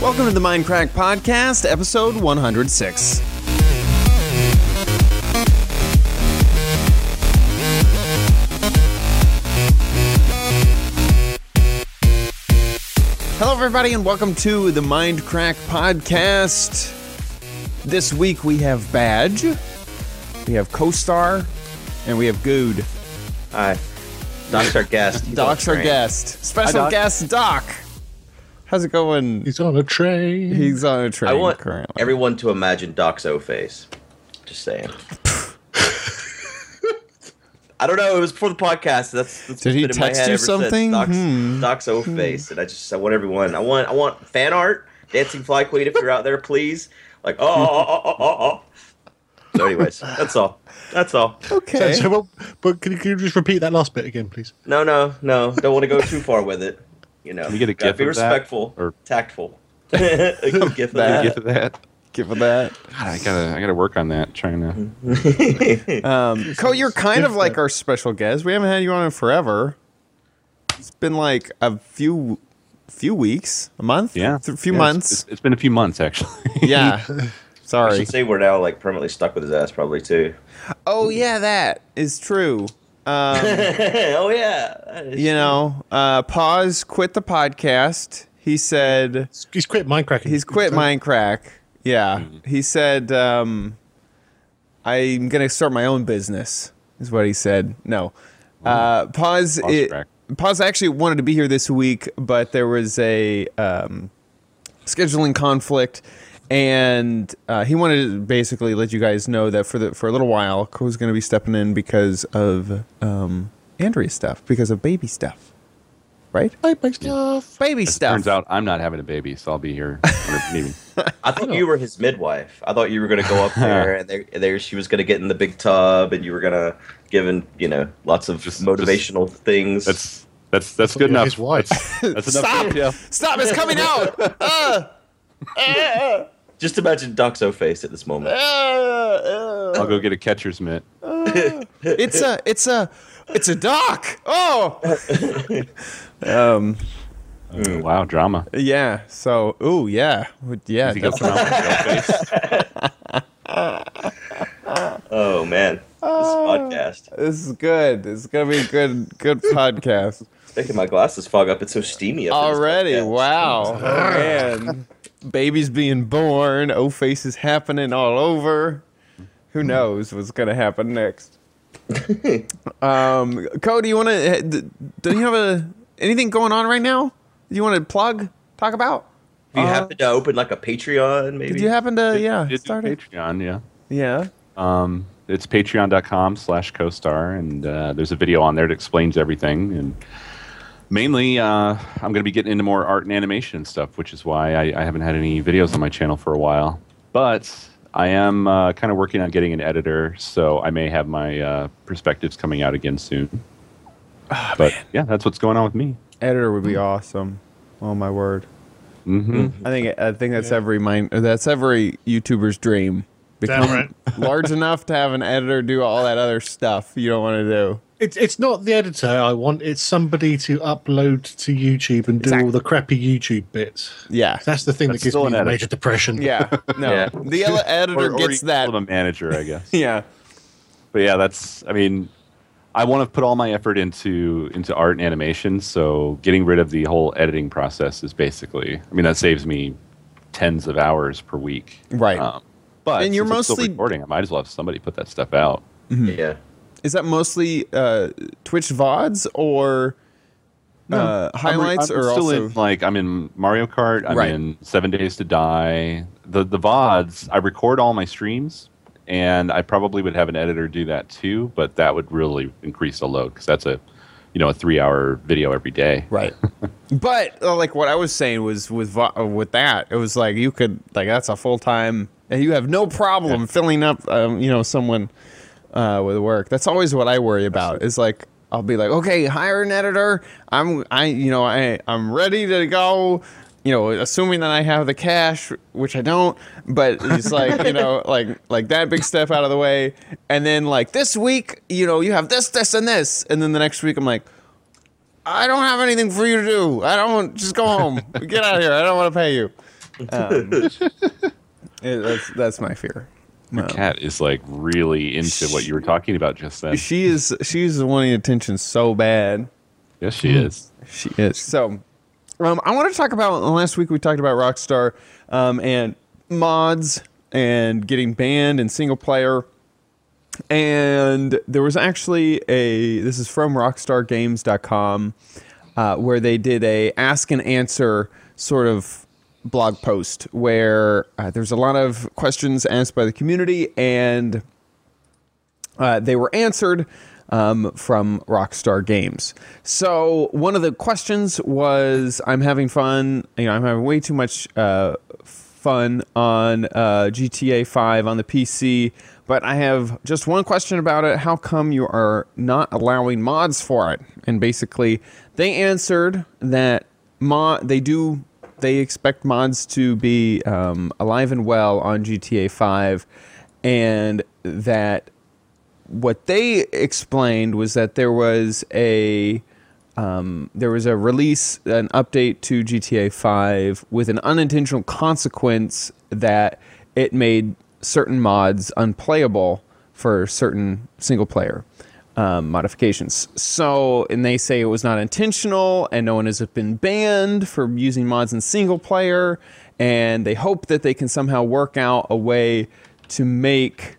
Welcome to the Mindcrack Podcast, episode 106. Hello, everybody, and welcome to the Mindcrack Podcast. This week we have Badge, we have Co-Star, and we have Good. Hi. Doc's our guest. Doc's our Great. guest. Special Doc. guest Doc. How's it going? He's on a train. He's on a train I want currently. everyone to imagine Doc's O face. Just saying. I don't know. It was before the podcast. That's, that's Did he been in my text head you ever since. something? Doc's, Hmm. Doc's O face, and I just I want everyone. I want I want fan art, dancing fly queen. If you're out there, please. Like oh oh oh oh oh. oh. So, anyways, that's all. That's all. okay. So, well, but can you, can you just repeat that last bit again, please? No, no, no. Don't want to go too far with it. You know, we get a gotta gif be of that? respectful Or- tactful. A gif of That- get to that. Give him that. God, I gotta, I gotta work on that. Trying Mm-hmm. to. that. Um, Co, you're kind of like our special guest. We haven't had you on in forever. It's been like a few, few weeks, a month, Yeah. a few Yeah, it's- months. It's, it's been a few months actually. yeah. I Sorry. should say we're now like permanently stuck with his ass, probably too. Oh yeah, that is true. Um, oh yeah, That is- you know, uh, pause. Quit the podcast. He said. He's quit Minecraft. He's quit Minecraft. Yeah. Mm-hmm. He said, um, I'm going to start my own business, is what he said. No. Uh, pause. Pause it- crack. pause actually wanted to be here this week, but there was a um, scheduling conflict. And uh, he wanted to basically let you guys know that for the for a little while, Co's going to be stepping in because of um, Andrea's stuff, because of baby stuff, right? I make stuff. Baby stuff. Turns out I'm not having a baby, so I'll be here. when it's needed. I thought you were his midwife. I thought you were gonna go up there and there, there she was gonna get in the big tub, and you were gonna give him, you know, lots of Just- motivational things. That's that's that's good Yeah, enough. His wife. That's enough. Stop! Yeah. Stop! It's coming out. Just imagine Doxo face at this moment. Uh, I'll go get a catcher's mitt. it's a it's a it's a doc. Oh. um. Oh, wow, drama. Yeah. So. Ooh. Yeah. Would- Yeah. Is he gonna definitely. come out with a doll face? Oh man, this podcast This is good. This is gonna be a good good podcast making my glasses fog up. It's so steamy up in this already. podcast. Wow. Man. Babies being born. O face is happening all over. Who knows what's gonna happen next? um. Cody, you want to? Do you have a anything going on right now? You want to plug? Talk about? If you happen to open like a Patreon, maybe Did you happen to? Yeah. Did do Start it. Patreon. Yeah. Yeah. Um, it's patreon.com slash co-star and uh, there's a video on there that explains everything and mainly uh, i'm going to be getting into more art and animation and stuff which is why I, I haven't had any videos on my channel for a while but i am uh, kind of working on getting an editor so i may have my uh, perspectives coming out again soon Ah, but yeah that's what's going on with me Editor would be awesome. Oh my word. hmm I think I think that's every mind that's every YouTuber's dream. Damn right. large enough to have an editor do all that other stuff you don't want to do. It's it's not the editor I want. It's somebody to upload to YouTube and do Exactly. all the crappy YouTube bits. Yeah. That's the thing That's that gives still me an the editor. major depression. Yeah. No. Yeah. The ele- editor you gets can that. call them a manager i guess Yeah. but yeah, that's. I mean, I want to put all my effort into into art and animation. So getting rid of the whole editing process is basically. I mean, that saves me tens of hours per week. Um, Right. but And you're since I'm still mostly- recording. I might as well have somebody put that stuff out. Yeah. Is that mostly uh, Twitch vods or uh, highlights I'm or still also in, like I'm in Mario Kart. I'm Right. in Seven Days to Die. The the vods. I record all my streams, and I probably would have an editor do that too. But that would really increase the load because that's a, you know, a three hour video every day. Right. but uh, like what I was saying was with vo- uh, with that, it was like you could like that's a full time, and you have no problem filling up, um, you know, someone uh, with work. That's always what I worry about. Is like I'll be like, okay, hire an editor. I'm I you know I I'm ready to go. You know, assuming that I have the cash, which I don't, but it's like you know, like like that big step out of the way, and then like this week, you know, you have this, this, and this, and then the next week, I'm like, I don't have anything for you to do. I don't just go home. Get out of here. I don't want to pay you. It- that's that's my fear. Your cat is like really into what you were talking about just then. She is she's wanting attention so bad. Yes, she is. She is. So, um, I want to talk about last week we talked about Rockstar um, and mods and getting banned and single player. And there was actually a this is from rockstargames.com uh, where they did a ask and answer sort of blog post where uh, there's a lot of questions asked by the community and uh, they were answered um, from Rockstar Games. So one of the questions was, "I'm having fun. You know, I'm having way too much uh, fun on uh, GTA 5 on the PC, but I have just one question about it. How come you are not allowing mods for it?" And basically, they answered that mod they do they expect mods to be um, alive and well on GTA 5, and that what they explained was that there was a um, there was a release an update to GTA 5 with an unintentional consequence that it made certain mods unplayable for certain single player um, modifications. So, and they say it was not intentional, and no one has been banned for using mods in single player, and they hope that they can somehow work out a way to make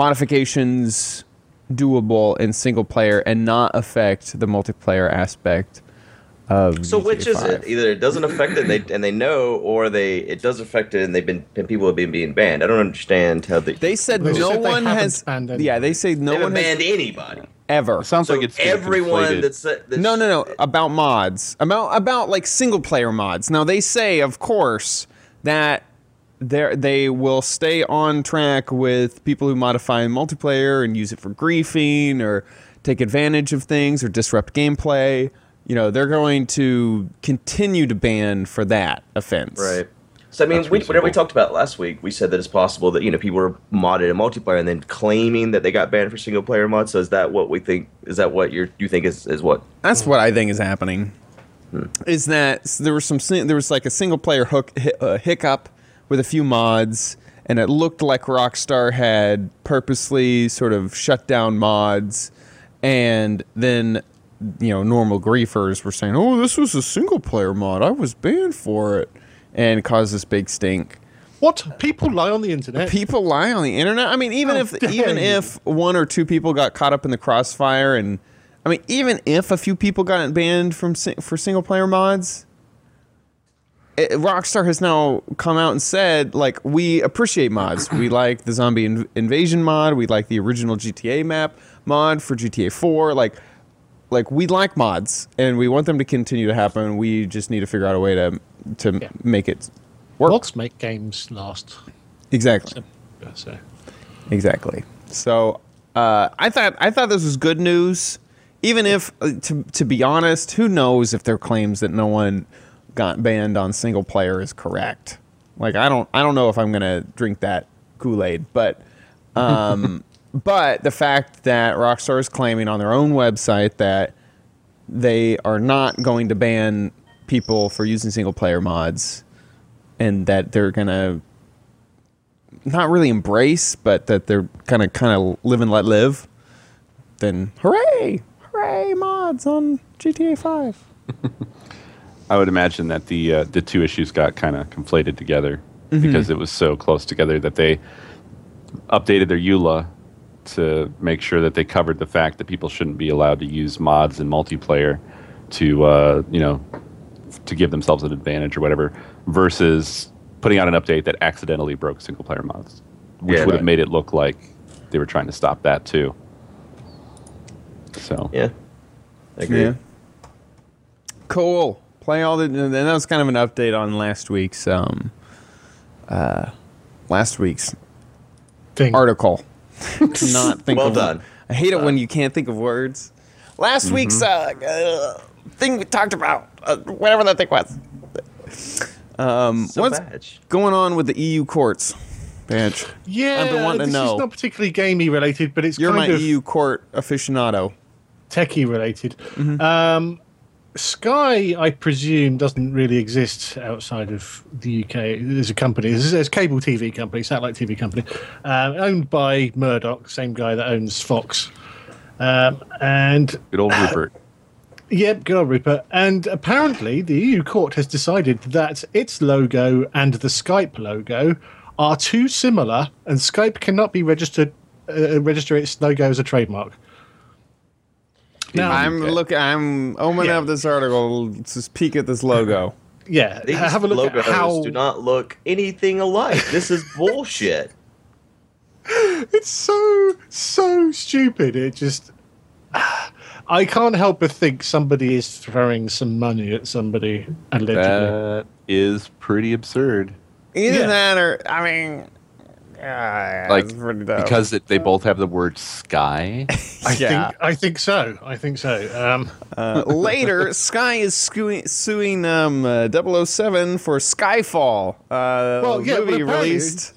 modifications doable in single player and not affect the multiplayer aspect of So GTA which is 5. it? Either it doesn't affect it, and they and they know, or they it does affect it, and they've been and people have been being banned. I don't understand how they They said They no said they one haven't has. banned anyone. Yeah, they say no they one haven't has banned anybody. ever. It sounds So like it's getting everyone conflated. that's, that's No, no, no. About mods. About about like single player mods. Now they say, of course, that they they will stay on track with people who modify multiplayer and use it for griefing or take advantage of things or disrupt gameplay. You know, they're going to continue to ban for that offense. Right. So I mean, That's we, whenever we reasonable. talked about it last week, we said that it's possible that you know people were modded in multiplayer and then claiming that they got banned for single player mods. So is that what we think? Is that what you you think is is what? That's what I think is happening. Is that s- there was some sing- there was like a single player hook hi- uh, hiccup with a few mods, and it looked like Rockstar had purposely sort of shut down mods, and then you know normal griefers were saying, "Oh, this was a single player mod. I was banned for it," and caused this big stink What? People lie on the internet. people lie on the internet. I mean, even How if dare even you. if one or two people got caught up in the crossfire, and I mean, even if a few people got banned from si- for single player mods, it, Rockstar has now come out and said, like, we appreciate mods. we like the zombie inv- invasion mod. We like the original GTA map mod for GTA Four. Like, like we like mods, and we want them to continue to happen. We just need to figure out a way to to Yeah. make it work. Bots make games last. exactly. So. Exactly. So uh, I thought I thought this was good news, even if uh, to to be honest, who knows if their claims that no one got banned on single player is correct. Like I don't I don't know if I'm gonna drink that Kool Aid, but um, but the fact that Rockstar is claiming on their own website that they are not going to ban people for using single player mods and that they're gonna not really embrace, but that they're kind of kind of live and let live, then hooray, hooray, mods on GTA Five. I would imagine that the uh, the two issues got kind of conflated together because it was so close together that they updated their EULA to make sure that they covered the fact that people shouldn't be allowed to use mods in multiplayer to uh, you know to give themselves an advantage or whatever versus putting out an update that accidentally broke single player mods, which Yeah, would have right. made it look like they were trying to stop that too. So Yeah, I agree. Cool. Play all the. And that was kind of an update on last week's um, uh, last week's Thing. article. Not think Well of- done. Mm-hmm. I hate it when you can't think of words. Last week's uh, uh, thing we talked about, uh, whatever that thing was. Um, So what's badge. going on with the EU courts, Badge? Yeah, I've been wanting to this know. is not particularly gamey related, but it's You're kind my of EU court aficionado. techie related. Um, Sky, I presume, doesn't really exist outside of the UK. There's a company, there's there's a cable TV company, satellite TV company, um, owned by Murdoch, same guy that owns Fox. Um, and Good old Rupert. Yep, good old Rupert. And apparently, the EU court has decided that its logo and the Skype logo are too similar, and Skype cannot be registered uh, register its logo as a trademark. Now, I'm Okay. look. I'm opening Yeah. up this article to peek at this logo. yeah, These have a look logos at how do not look anything alike. This is bullshit. it's so so stupid. It just I can't help but think somebody is throwing some money at somebody allegedly. That is pretty absurd. Either Yeah. that or I mean, yeah, Like it's pretty dumb. because it, they both have the word sky. I yeah. think I think so. I think so. Um, Uh, later, Sky is suing, suing um, uh, 007 for Skyfall. Uh, Well, yeah, movie well, apparently- released.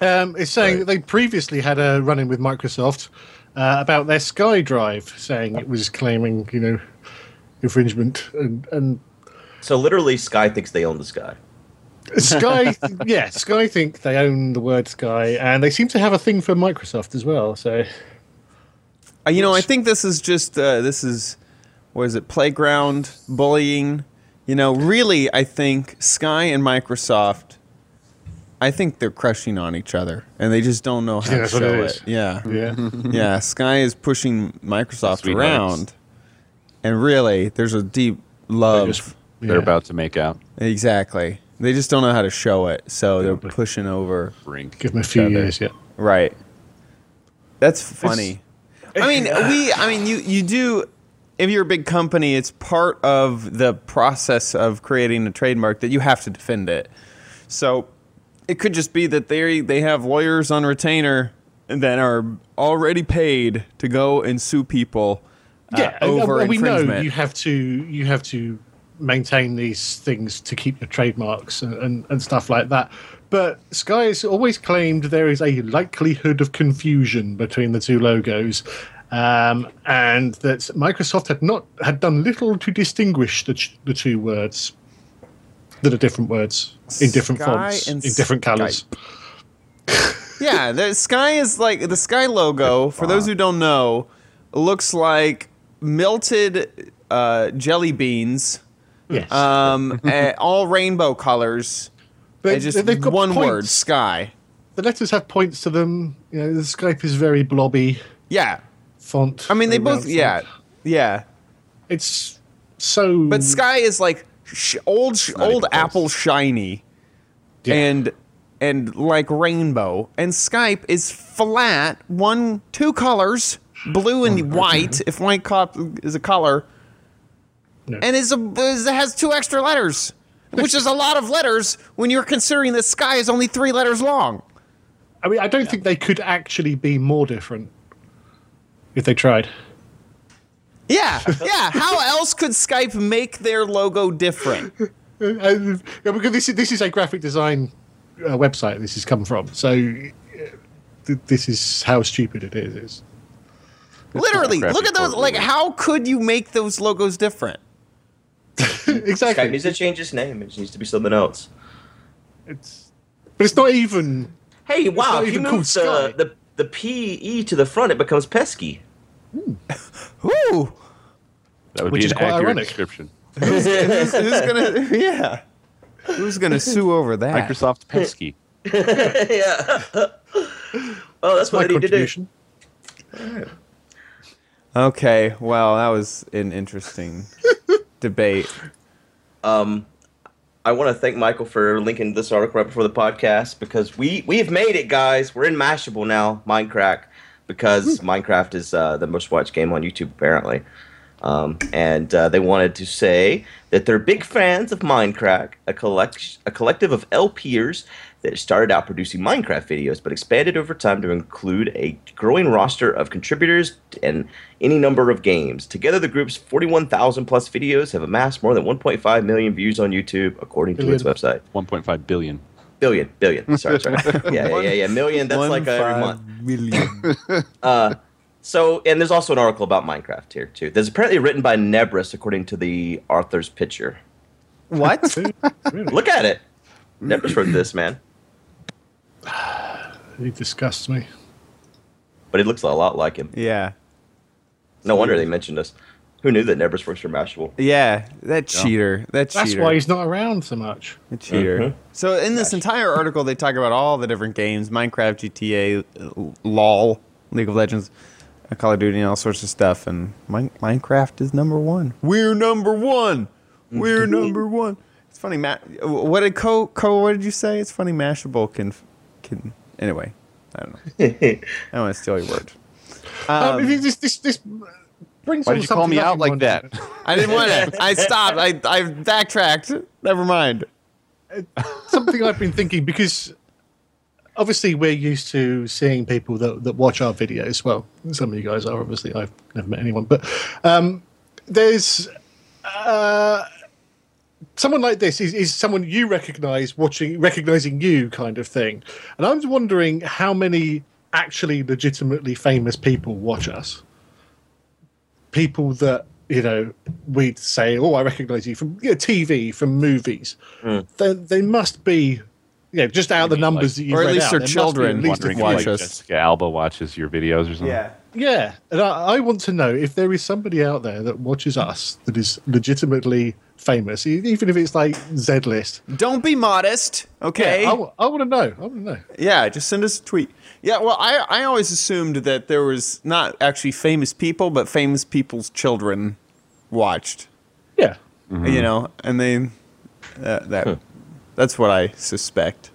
Um, it's saying that they previously had a run in with Microsoft uh, about their Sky Drive, saying it was claiming, you know, infringement. And, and So literally, Sky thinks they own the sky. Sky, yeah, Sky think they own the word Sky, and they seem to have a thing for Microsoft as well. So, Uh, you know, I think this is just uh, this is what is it? Playground bullying. You know, really, I think Sky and Microsoft. I think they're crushing on each other, and they just don't know how think to that's what show it it. is? Mm-hmm. Yeah, yeah. yeah. Sky is pushing Microsoft Sweethearts. around, and really, there's a deep love. just- They're Yeah. about to make out. Exactly. They just don't know how to show it, so they're pushing over. Brink. Give them a few Together. years, yeah. Right. That's funny. I mean, we. I mean, you. You do. If you're a big company, it's part of the process of creating a trademark that you have to defend it. So it could just be that they they have lawyers on retainer that are already paid to go and sue people uh, yeah, and- over and we know infringement. you have to you have to maintain these things to keep your trademarks and, and, and stuff like that. But Sky has always claimed there is a likelihood of confusion between the two logos. Um, and that Microsoft had not had done little to distinguish the, ch- the two words that are different words in different Sky fonts, in and different colors. Yeah, the sky is like the sky logo. For those who don't know, looks like melted uh, jelly beans, Yes, um, eh, all rainbow colors. they, and just one word, sky. The letters have points to them. You know, the Skype is very blobby. Yeah, font. I mean they around both. font. Yeah, yeah. It's so. But sky is like sh- old, sh- Mm-hmm. even old close. apple shiny, Yeah. and and like rainbow. And Skype is flat, one two colors, blue Oh, and white. If white cop is a color. No. and is a, is, has two extra letters, which is a lot of letters when you're considering that sky is only three letters long. I mean, I don't think they could actually be more different if they tried. Yeah, yeah. How else could Skype make their logo different? Uh, uh, yeah, because this is this is a graphic design uh, website. This has come from, so uh, th- this is how stupid it is. It's, Literally, crappy look at those. corporate Like, logo. how could you make those logos different? Sky exactly. needs to change its name. It needs to be something else. It's, but it's not even. Hey, wow! not If you even called move Sky. the, the the P E to the front, it becomes pesky. Who? That would Which be is an quite accurate ironic. description. Who's, who's gonna? Yeah. Who's gonna sue over that? Microsoft Pesky. yeah. oh, that's My what I need to do. contribution. Okay. Well, that was an interesting debate. I want to thank Michael for linking this article right before the podcast because we we've made it, guys. We're in Mashable now, Minecraft, because Minecraft is uh, the most watched game on YouTube apparently, um, and uh, they wanted to say that they're big fans of Minecraft, a collect a collective of LPers that started out producing Minecraft videos but expanded over time to include a growing roster of contributors and any number of games. Together, the group's 41,000 plus videos have amassed more than 1.5 million views on YouTube, according to its Billion. website. 1.5 billion. Billion, billion. Sorry, sorry. Yeah, yeah, yeah, yeah. Million. That's One like uh, every five month. million. So, and there's also an article about Minecraft here too. That's apparently written by Nebris, according to the author's picture. What? really? Look at it. Nebris wrote this, man. He disgusts me. But he looks a lot like him. yeah. No wonder they mentioned us. Who knew that Nebris works for Mashable? Yeah. That cheater. That cheater. That's why he's not around so much. A cheater. So in this entire article, they talk about all the different games: Minecraft, GTA, uh, LOL, League of Legends, uh, Call of Duty, and all sorts of stuff. And Min- Minecraft is number one. We're number one. We're number one. It's funny, Matt. What did Co Co? What did you say? It's funny. Mashable can can anyway. I don't know. I don't want to steal your word. Um, if you- this, this, this brings Why on did you call something me up out in like one- that? I didn't want to. I stopped. I I backtracked. Never mind. something I've been thinking because obviously we're used to seeing people that, that watch our videos. Well, some of you guys are obviously. I've never met anyone, but um, there's uh, someone like this is, is someone you recognise watching, recognising you kind of thing. And I'm wondering how many actually legitimately famous people watch us. People that you know we'd say, "Oh, I recognise you from you know, TV, from movies." they, they must be, you know, just out of the numbers that you or at read least out, they're there must be children. at Please least a Wondering if watch like us. Jessica Alba watches your videos or something. yeah, and I, I want to know if there is somebody out there that watches us that is legitimately famous, e- even if it's like Z list. Don't be modest. Okay. I, want to know. I want to know. Yeah, just send us a tweet. Yeah, well, I, I always assumed that there was not actually famous people, but famous people's children watched, Yeah, you know, and they uh, that that's what I suspect.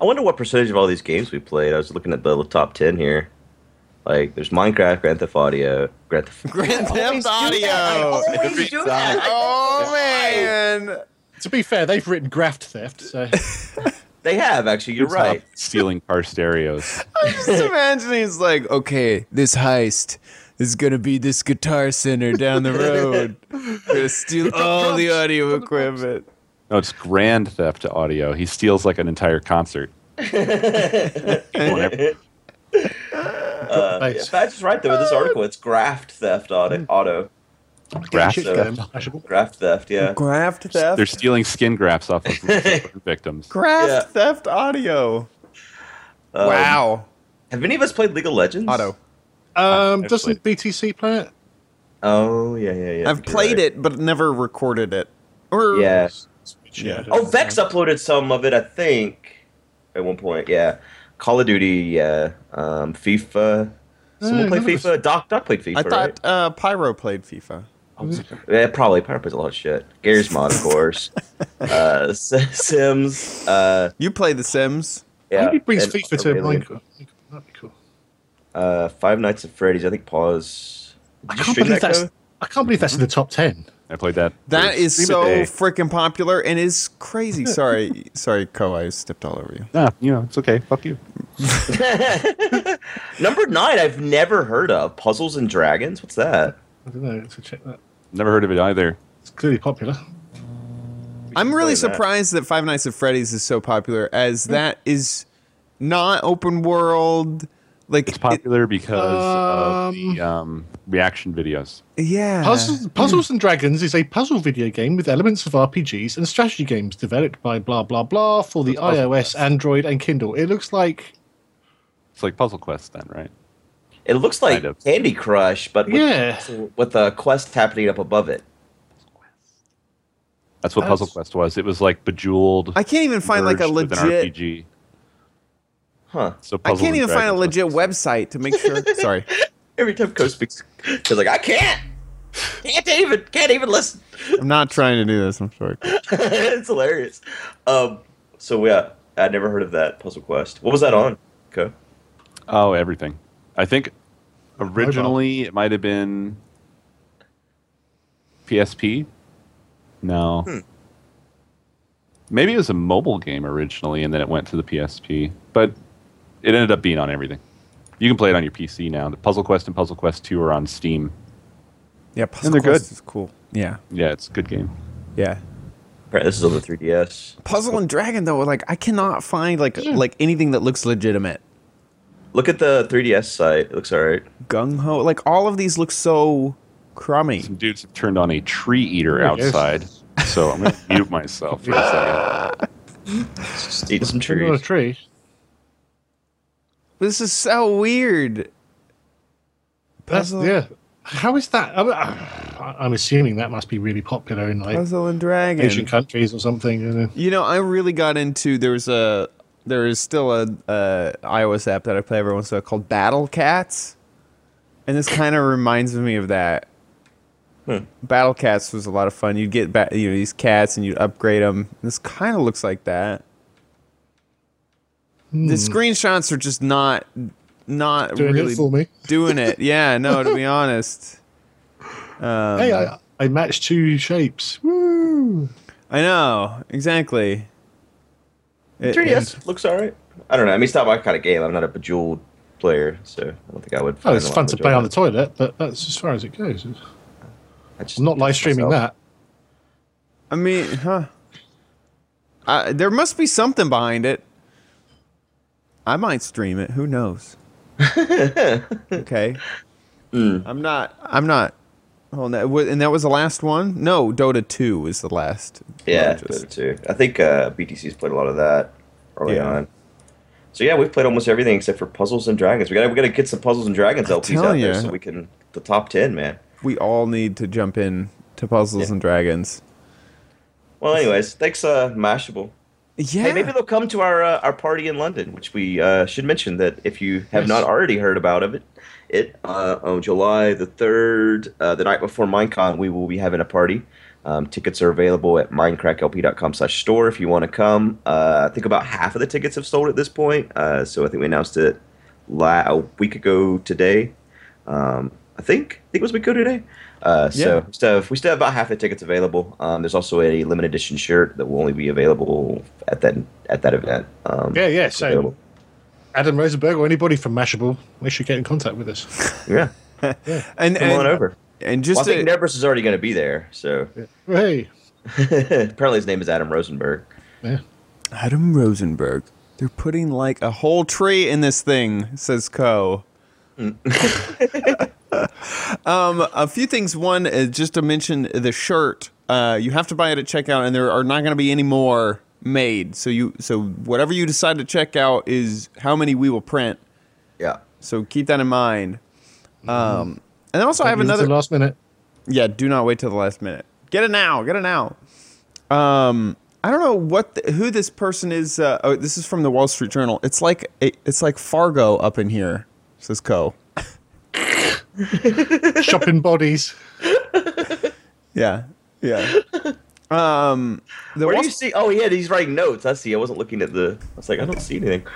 I wonder what percentage of all these games we played. I was looking at the top ten here. Like, there's Minecraft, Grand Theft Audio, Grand Theft. Grand Theft Audio. Oh man, to be fair, they've written graft theft, so They have actually. You're right. Stealing car stereos. I'm just imagining it's like, okay, this heist is gonna be this guitar center down the road. gonna steal all the audio equipment. No, it's grand theft audio. He steals like an entire concert. Uh, Yeah, thanks. Pat's right though. With this article, it's graft theft auto. auto. Graft Shit, so- um, Mashable. Graft theft. Yeah. Graft theft. They're stealing skin grafts off of victims. Craft Yeah. Theft Audio. Um, wow. Have any of us played League of Legends? Auto. Um, I've doesn't BTC play it? Oh yeah, yeah, yeah. I've played it, but never recorded it. Or Yeah. Yeah. Oh, Vex uploaded some of it, I think, at one point. Yeah. Call of Duty. Yeah. Um, FIFA. Someone Uh, played none of us- FIFA. Doc, Doc played FIFA. I right? thought uh, Pyro played FIFA. Yeah, probably. Probably plays a lot of shit. Gary's mod, of course. uh, S- Sims. Uh, You play The Sims. yeah. Maybe brings and FIFA to Aurelian. Minecraft. That'd be cool. Uh, Five Nights at Freddy's. I think Paws. I Did you can't stream believe that, that's. Code? I can't believe that's in the top ten. I played that. That for is stream a so day. freaking popular and is crazy. Sorry, sorry, Ko, I stepped all over you. Nah, you know, it's okay. Fuck you. Number nine, I've never heard of Puzzles and Dragons. What's that? I don't know. So check that. Never heard of it either. It's clearly popular. I'm really play that. surprised that Five Nights at Freddy's is so popular, as that is not open world. Like, It's popular because of Um, the um, reaction videos. it- yeah, Puzzles, Puzzles and Dragons is a puzzle video game with elements of RPGs and strategy games developed by blah blah blah for the Puzzle iOS, Android, and Kindle. It looks like It's like Puzzle Quest, then, right? It looks like Kind of. Candy Crush, but with, yeah, with a quest happening up above it. That's what Puzzle That's- Quest was. It was like Bejeweled. I can't even find like a merged with an legit. RPG. Huh. So I Puzzle can't and even find a Dragons was- legit website to make sure. Sorry. Every time Co speaks, he's like, I can't. Can't even can't even listen. I'm not trying to do this. I'm sorry. it's hilarious. Um, so yeah, I never heard of that puzzle quest. What was that on? Co. Oh, everything. I think originally it might have been PSP. No. Maybe it was a mobile game originally, and then it went to the PSP. But it ended up being on everything. You can play it on your PC now. The Puzzle Quest and Puzzle Quest 2 are on Steam. Yeah, Puzzle they're Quest good. is cool. Yeah, Yeah, it's a good game. yeah. Apparently, This is on the 3DS. Puzzle and Dragon though, like I cannot find like like anything that looks legitimate. Look at the 3DS site. It looks all right. Gung ho. Like all of these look so crummy. Some dudes have turned on a tree eater There it is. outside, so I'm going to mute myself for a second. Just eating some Not a trees. tree. This is so weird. That's, Puzzle, yeah. How is that? I'm, I'm assuming that must be really popular in like Puzzle and Dragon. Asian countries or something. You know? You know, I really got into there was a there is still a uh, iOS app that I play every once in a while called Battle Cats, and this kind of reminds me of that. Battle Cats was a lot of fun. You'd get ba- you know these cats and you'd upgrade them. This kind of looks like that. The screenshots are just not not Hmm. Doing really it for me. doing it. Yeah, no, to be honest. hey, I, I matched two shapes. Woo! I know exactly. It- 3DS looks all right. I don't know. I mean, it's not my kind of game. I'm not a Bejeweled player, so I don't think I would. Oh, find a it's lot fun of to joy play in on the it. toilet, but that's as far as it goes. I'm I just not live streaming myself. that. I mean, huh? I, there must be something behind it. I might stream it. Who knows? okay. Hmm. I'm not. I'm not. Hold on. Wa- And that was the last one. No, Dota Two was the last. Yeah, largest. Dota 2. I think uh, BTC's played a lot of that early Yeah. on. So yeah, we've played almost everything except for Puzzles and Dragons. We got to we got to get some Puzzles and Dragons LPs out telling there ya. so we can the top ten, man. We all need to jump in to Puzzles Yeah. and Dragons. Well, anyways, thanks, uh, Mashable. Yeah. Hey, maybe they'll come to our uh, our party in London, which we uh, should mention that if you have not already heard about of it, it uh, on July the third, uh, the night before Minecon, we will be having a party. Um, tickets are available at minecracklp.com/store if you want to come. Uh, I think about half of the tickets have sold at this point, uh, so I think we announced it la- a week ago today. Um, I think I think it was a week ago today. Uh, Yeah. So we still have we still have about half the tickets available. Um, there's also a limited edition shirt that will only be available at that at that event. Um, Yeah, yeah. So available. Adam Rosenberg or anybody from Mashable, they should get in contact with us. yeah. and, Come and, on over. And just Well, I think to- Nervous is already going to be there. So hey, apparently his name is Adam Rosenberg. yeah. Adam Rosenberg. They're putting like a whole tree in this thing, says Co. um, a few things. One, uh, just to mention the shirt. Uh, you have to buy it at checkout, and there are not going to be any more made. So you, so whatever you decide to check out is how many we will print. Yeah. So keep that in mind. Um, and then also I have Leave it to another the last minute. yeah, do not wait till the last minute. Get it now. Get it now. Um, I don't know what the, who this person is. Uh, oh, this is from the Wall Street Journal. It's like it, it's like Fargo up in here. Says Co. Shopping bodies. Yeah, yeah. Um, the Where Wall do you Street- see? Oh, yeah, he's writing notes. I see. I wasn't looking at the. I was like, I don't see anything.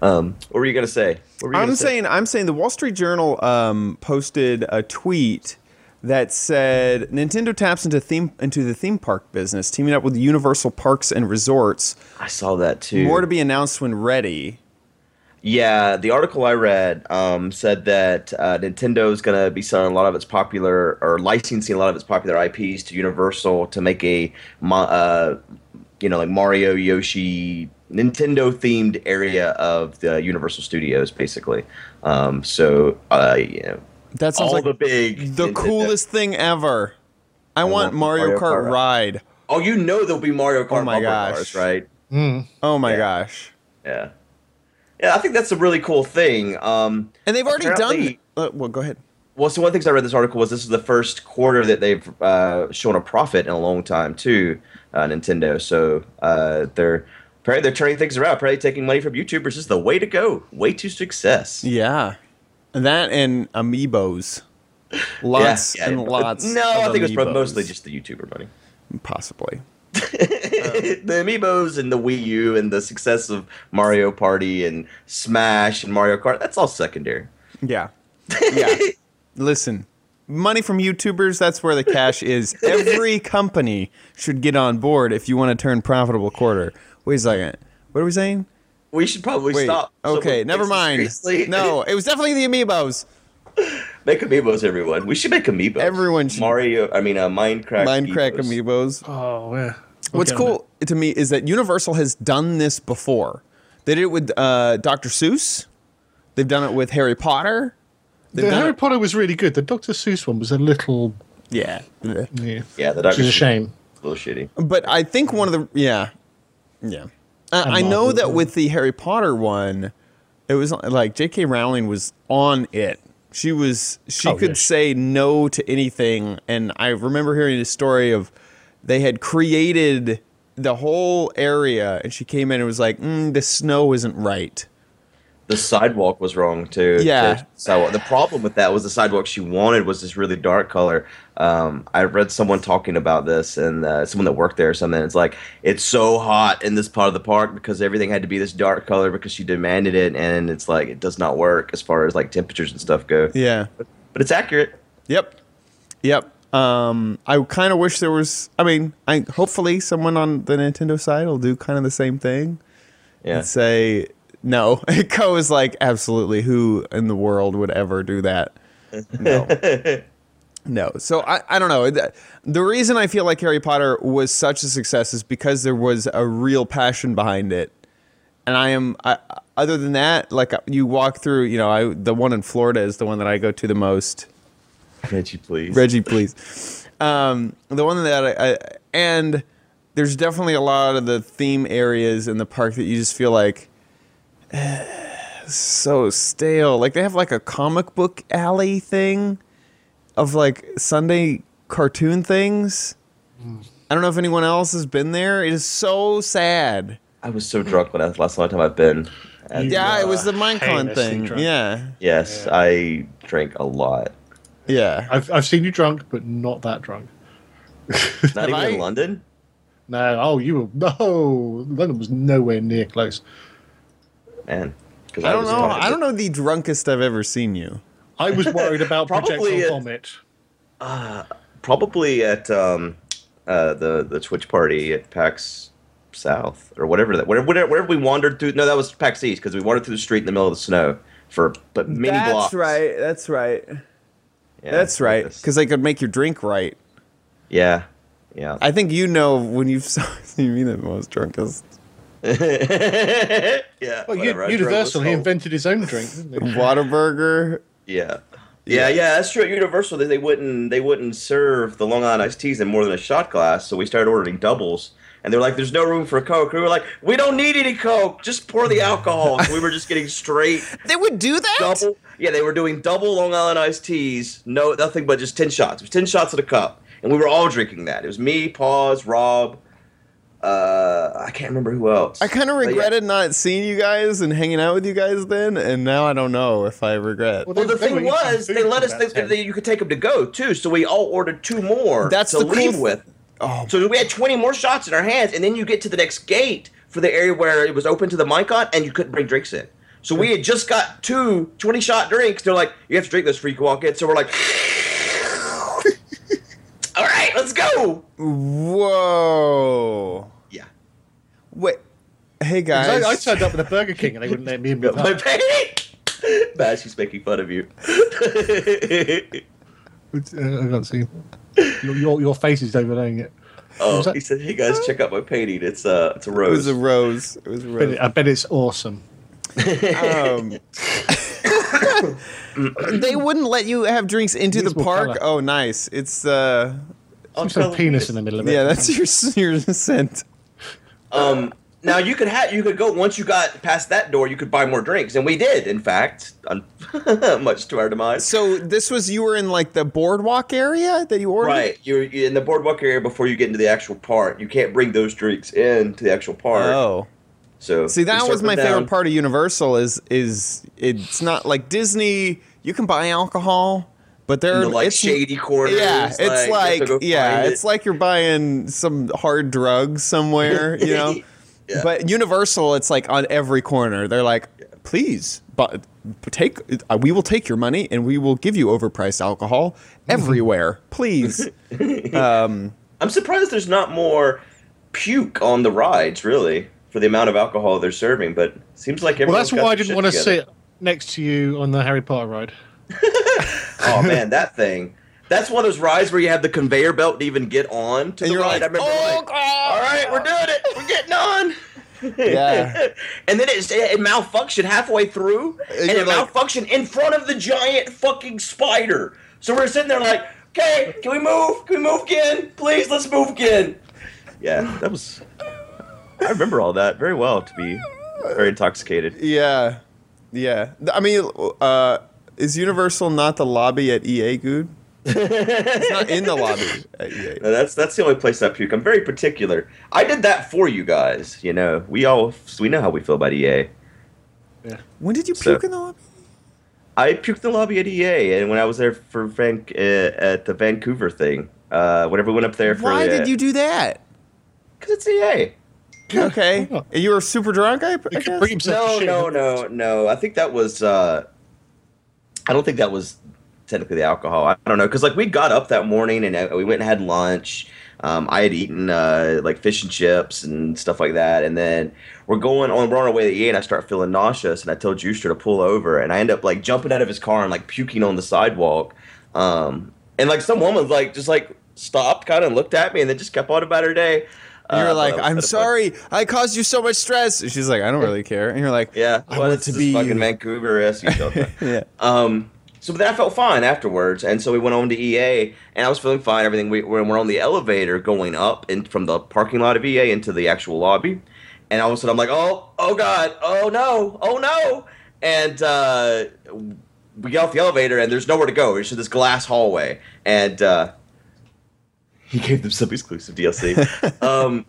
Um, what were you going to say? What were you I'm gonna say? saying I'm saying the Wall Street Journal um, posted a tweet that said Nintendo taps into theme into the theme park business, teaming up with Universal Parks and Resorts. I saw that too. More to be announced when ready. Yeah, the article I read um, said that uh, Nintendo is going to be selling a lot of its popular or licensing a lot of its popular IPs to Universal to make a, mo- uh, you know, like Mario, Yoshi, Nintendo themed area of the Universal Studios, basically. Um, so, uh, you know, That sounds all like the big, the Nintendo- coolest thing ever. I, want, want Mario, Mario Kart, Kart. ride. Oh, you know, there'll be Mario Kart. Oh my bumper gosh. cars, right? Oh my Yeah. gosh! Yeah, yeah. I think that's a really cool thing. Um, And they've already Apparently- done. Uh, well, go ahead. Well, so one of the things I read in this article was this is the first quarter that they've uh, shown a profit in a long time too, uh, Nintendo. So uh, they're apparently they're turning things around. Apparently taking money from YouTubers is the way to go, way to success. Yeah, that and amiibos, lots Yeah, yeah. and lots. No, I of think it was Amiibos. mostly just the YouTuber money. possibly. the Amiibos and the Wii U and the success of Mario Party and Smash and Mario Kart. That's all secondary. Yeah, yeah. Listen, money from YouTubers. That's where the cash is. Every company should get on board if you want to turn profitable quarter. Wait a second. What are we saying? We should probably Wait. stop. okay, Someone never takes mind. this seriously. No, it was definitely the amiibos. make amiibos, everyone. We should make amiibos. Everyone should- Mario. I mean, uh, Minecraft. Minecraft amiibos. amiibos. Oh, yeah. We'll What's get on cool to me is that Universal has done this before. They did it with uh, Dr. Seuss. They've done it with Harry Potter. They've The done Harry it- Potter was really good. The Dr. Seuss one was a little. yeah. Yeah, Yeah, the which Doctor is a shame. A little shitty. But I think one of the yeah, yeah. Uh, And I know Marvel, that yeah. with the Harry Potter one, it was like J.K. Rowling was on it. She was she Oh, could yeah. say no to anything, and I remember hearing a story of they had created the whole area, and she came in and was like, mm, "The snow isn't right." The sidewalk was wrong too. Yeah. The sidewalk. The problem with that was the sidewalk she wanted was this really dark color. Um, I read someone talking about this and uh, someone that worked there or something. It's like it's so hot in this part of the park because everything had to be this dark color because she demanded it, and it's like it does not work as far as like temperatures and stuff go. Yeah. But it's accurate. Yep. Yep. Um, I kind of wish there was. I mean, I hopefully someone on the Nintendo side will do kind of the same thing. Yeah. and say no. Co is like absolutely who in the world would ever do that? No. No, so I, I don't know. Th- The reason I feel like Harry Potter was such a success is because there was a real passion behind it, and I am. I, other than that, like you walk through, you know, I the one in Florida is the one that I go to the most. Reggie, please. Reggie, please. Um, the one that I, I and there's definitely a lot of the theme areas in the park that you just feel like eh, so stale. Like they have like a comic book alley thing of like Sunday cartoon things. I don't know if anyone else has been there. It is so sad. I was so drunk when I last time I've been. And, You Yeah, are it was the Minecon heinously thing. drunk. Yeah, Yes, I drank a lot. yeah. I've, I've seen you drunk, but not that drunk. Not Have even I- in London. No, oh, you were. No, London was nowhere near close. Man. 'cause I don't was know. talking I don't know the drunkest I've ever seen you. I was worried about Probably projectile it- vomit. probably at um, uh, the the Twitch party at PAX South or whatever that wherever wherever, wherever we wandered through. No, that was PAX East because we wandered through the street in the middle of the snow for but many That's blocks. right. That's right. Yeah, That's right. this- Because they could make your drink right. yeah, yeah. I think you know when you've you mean the most drunkest yeah. Well, whatever, I U- drove Universal, this he whole- invented his own drink, didn't he? Waterburger. Yeah. Yeah, yeah, that's true. At Universal, they, they wouldn't they wouldn't serve the Long Island iced teas in more than a shot glass, so we started ordering doubles. And they were like, "There's no room for Coke." We were like, "We don't need any Coke. Just pour the alcohol." So we were just getting straight They would do that. double. Yeah, they were doing double Long Island iced teas. No, nothing but just ten shots. It was ten shots at a cup, and we were all drinking that. It was me, Paws, Rob. Uh, I can't remember who else. I kind of But yeah. regretted not seeing you guys and hanging out with you guys then, and now I don't know if I regret. Well, Well, the They were thing eating was, food they let for us. They, about 10. they, you could take them to go too, so we all ordered two more. That's to the cool leave th- with. Oh. So we had twenty more shots in our hands, and then you get to the next gate for the area where it was open to the Minecon, and you couldn't bring drinks in. So we had just got two 20 shot drinks. They're like, you have to drink this before you can walk in. So we're like, all right, let's go. Whoa. Yeah. Wait. Hey 'Cause guys. I, I turned up with a Burger King and they wouldn't let me in with My that. baby. Bash, he's making fun of you. Uh, I can't see. Your, your, your face is overlaying it. oh, that? he said, "Hey guys, check out my painting. It's uh, it's a it rose." was a rose. It was a But rose. it- I bet it's awesome. um, they wouldn't let you have drinks into the These will park. color. Oh, nice. It's uh, I'm There's no telling you, penis it's- in the middle of it. yeah, that's your your scent. Um, now you could have you could go once you got past that door, you could buy more drinks, and we did, in fact, un- much to our demise. So this was you were in like the boardwalk area that you ordered. Right, you're, you're in the boardwalk area before you get into the actual park. You can't bring those drinks in to the actual park. Oh, so see, we that was circled my down. favorite part of Universal. Is is it's not like Disney. You can buy alcohol, but In they're the, like it's, shady corners. Yeah, you have it's to like go yeah, find it. it's like you're buying some hard drugs somewhere, you know. Yeah. But Universal, it's like on every corner. They're like, please, but take uh, we will take your money and we will give you overpriced alcohol everywhere, please. I'm surprised there's not more puke on the rides, really, for the amount of alcohol they're serving. But seems like Well, everyone. that's why I didn't want to sit next to you on the Harry Potter ride. Oh man, that thing. That's one of those rides where you have the conveyor belt to even get on to And the you're like, ride. I remember "Oh, like, God." all right, we're doing it. We're getting on. Yeah. and then it, it malfunctioned halfway through, and, you're it like- malfunctioned in front of the giant fucking spider. So we're sitting there like, okay, can we move? Can we move again? Please, let's move again. Yeah, that was. I remember all that very well. To be very intoxicated. Yeah, yeah. Th- I mean, uh, is Universal not the lobby at EA, good? it's not in the lobby at E EA. No, that's that's the only place I puke. I'm very particular. I did that for you guys. You know, we all we know how we feel about E EA. When did you So- puke in the lobby? I puked in the lobby at EA, and when I was there for Van, uh, at the Vancouver thing, uh, whenever we went up there for Why the, did you do that? Because it's E EA. Okay, And you were super drunk. I, I He could guess? bring himself No, to shit. no, no, no. I think that was. Uh, I don't think that was technically the alcohol. I don't know because like we got up that morning and uh, we went and had lunch. Um, I had eaten uh, like fish and chips and stuff like that, and then we're going on. We're on our way to EA, and I start feeling nauseous, and I tell Juicer to pull over, and I end up like jumping out of his car and like puking on the sidewalk. Um, and like some woman like just like stopped, kind of looked at me, and then just kept on about her day. And you Uh, were like, but I was "I'm kind of fucked. sorry, I caused you so much stress." And she's like, "I don't really care." And you're like, Yeah, I well, want it's to this be fucking you. Vancouver rescue shelter. yeah." Um, so but then I felt fine afterwards, and so we went on to EA, and I was feeling fine. Everything we we're, we're on the elevator going up in from the parking lot of EA into the actual lobby, and all of a sudden I'm like, oh, oh god, oh no, oh no, and uh, we get off the elevator, and there's nowhere to go. It's just this glass hallway, and uh, he gave them some exclusive DLC. um,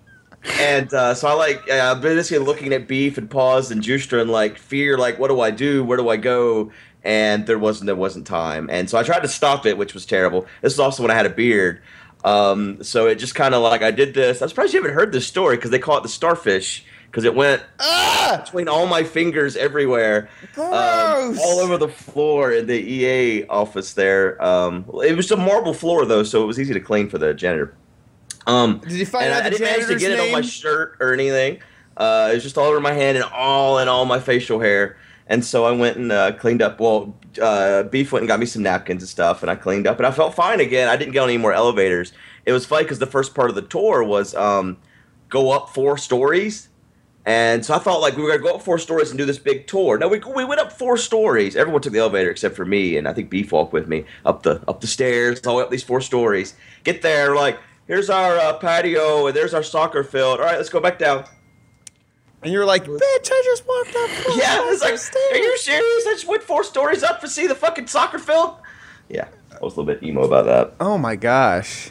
and uh, so I like uh, I've been basically looking at beef and paws and Juicer and like fear, like what do I do? Where do I go? And there wasn't there wasn't time, and so I tried to stop it, which was terrible. This is also when I had a beard, um, so it just kind of like I did this. I'm surprised you haven't heard this story because they call it the starfish because it went Ah, between all my fingers everywhere, um, Gross. all over the floor in the EA office. There, um, it was a marble floor though, so it was easy to clean for the janitor. Um, Did you find and out I, the I didn't manage to janitor's get it on my name? shirt or anything. Uh, it was just all over my hand and all in all my facial hair. And so I went and uh, cleaned up. Well, uh, Beef went and got me some napkins and stuff, and I cleaned up, and I felt fine again. I didn't get on any more elevators. It was funny because the first part of the tour was um, go up four stories, and so I thought like we were gonna go up four stories and do this big tour. No, we we went up four stories. Everyone took the elevator except for me, and I think Beef walked with me up the up the stairs, all the way up these four stories. Get there, we're like here's our uh, patio, and there's our soccer field. All right, let's go back down. and you were like, "Bitch, I just walked up." four Yeah, it's like, flights of stairs." are you serious? I just went four stories up to see the fucking soccer field. Yeah, I was a little bit emo about that. Oh my gosh.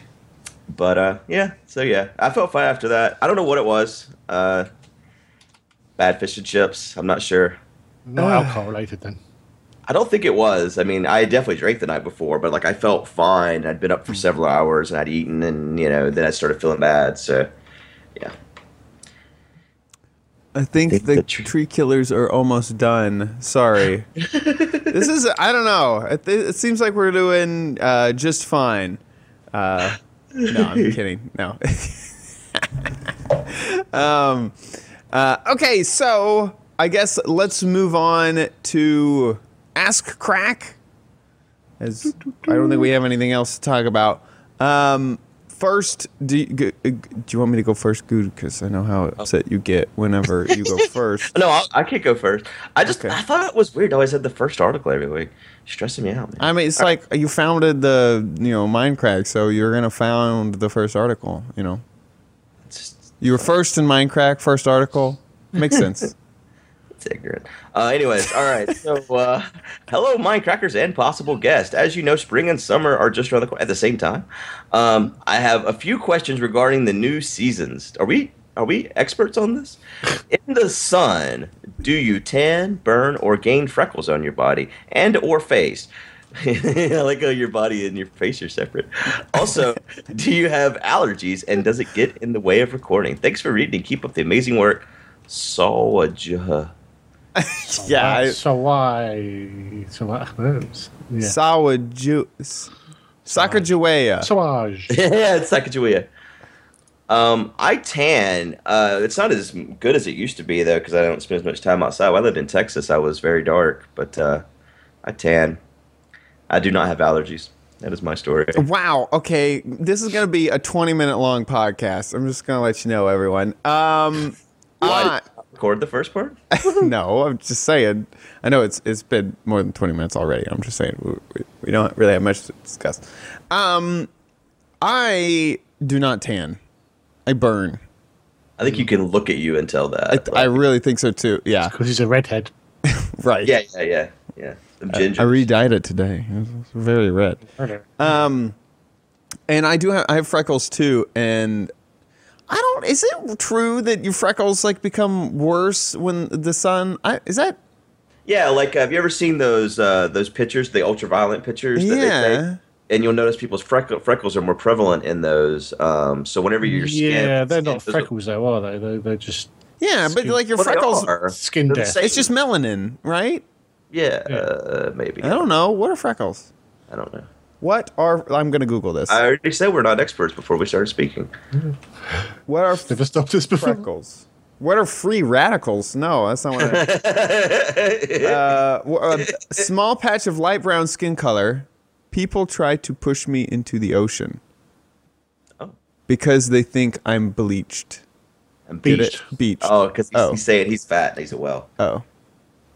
But uh, yeah, so yeah, I felt fine after that. I don't know what it was. Uh, bad fish and chips. I'm not sure. Not alcohol related then. I don't think it was. I mean, I definitely drank the night before, but like I felt fine. I'd been up for several hours and I'd eaten, and you know, then I started feeling bad. So yeah, I think, Think the, the tree. tree- killers are almost done. Sorry. this is, I don't know. It, it seems like we're doing uh, just fine. Uh, no, I'm kidding. No. um, uh, okay, so I guess let's move on to Ask Crack. As I don't think we have anything else to talk about. Um, first, do you, g- g- do you want me to go first, Good? Because I know how upset you get whenever you go first. no, I, I can't go first. I just Okay. I thought it was weird. I always had the first article every week, stressing me out. Man. I mean, it's like you founded the you know Minecraft, so you're gonna found the first article. You know, It's just- you were first in Minecraft, first article. Makes sense. It's ignorant. Uh, anyways, all right. So, uh, hello, Minecrackers and possible guest. As you know, spring and summer are just around the corner at the same time. Um, I have a few questions regarding the new seasons. Are we are we experts on this? In the sun, do you tan, burn, or gain freckles on your body and or face? I like how your body and your face are separate. Also, do you have allergies and does it get in the way of recording? Thanks for reading. Keep up the amazing work. Sawaja. yeah, I, so why? So what knows? Yeah. Sawaju, Sacagawea. Sauvage. yeah, it's Sacagawea. Um, I tan. Uh, it's not as good as it used to be though, because I don't spend as much time outside. When I lived in Texas. I was very dark, but uh, I tan. I do not have allergies. That is my story. Wow. Okay, this is gonna be a 20 minute long podcast. I'm just gonna let you know, everyone. Um, I- Why, record the first part? no, I'm just saying. I know it's it's been more than 20 minutes already. I'm just saying we, we, we don't really have much to discuss. Um, I do not tan. I burn. I think you can look at you and tell I, that. I really think so too. Yeah, because he's a redhead. right. yeah, yeah, yeah, yeah. Them ginger. I re-dyed it today. It was very red. And I do have I have freckles too. And I don't. Is it true that your freckles like become worse when the sun? I, is that Yeah, like uh, have you ever seen those uh, those pictures, the ultraviolet pictures that they Yeah. take? And you'll notice people's freckle, freckles are more prevalent in those. Um, so whenever your skin, yeah, they're not skin- freckles though, are they? They're, they're just yeah? But Skin- like your Well, they freckles, are. skin They're the death. same. it's just melanin, right? yeah, Yeah. Uh, maybe. I don't know. What are freckles? I don't know. What are I'm gonna Google this. I already said we're not experts before we started speaking. what are never stopped us before. freckles? What are free radicals? No, that's not what. I, uh, wh- uh, small patch of light brown skin color. People try to push me into the ocean Oh. because they think I'm bleached. And Get Beached. it? Beached. Oh, because he's, Oh. he's saying he's fat and he's a well. Oh,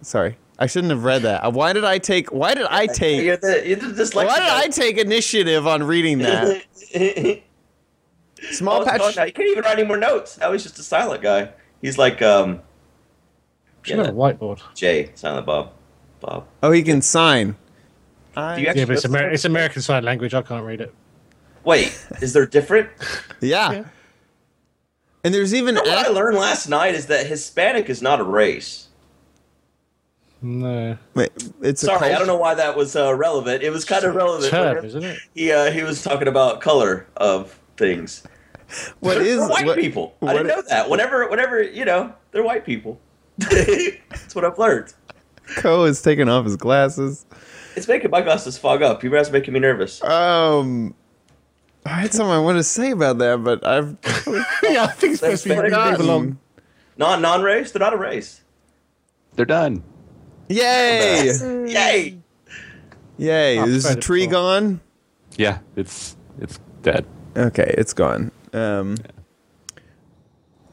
sorry. I shouldn't have read that. Uh, Why did I take? Why did I You're take? the, you're the dyslexic Why did guy. I take initiative on reading that? Oh, Small it's gone patch. now. He couldn't even write any more notes. Now he's just a silent guy. He's like um, Should yeah, have a whiteboard. Jay, Silent Bob, Bob. Oh, he can sign. Do you I, actually Yeah, but it's, know this Amer- it's American Sign Language. I can't read it. Wait, is there different? yeah. Yeah. And there's even what I ac- learned last night is that Hispanic is not a race. No. Wait, it's a Sorry, cult? I don't know why that was uh, relevant. It was kind of relevant. Term, isn't it? He uh, he was talking about color of things. What They're- is they're white what- people? I what- didn't know that. Whenever whenever you know, they're white people. That's what I've learned. Co is taking off his glasses. It's making my glasses fog up. You guys are making me nervous. Um, I had something I want to say about that, but I've yeah, I think it's supposed to be They're they belong. forgotten. Not non-race. They're not a race. They're done. Yay! Yay! Yay! I've Is tried the it tree before. gone? Yeah, it's it's dead. Okay, it's gone. Um,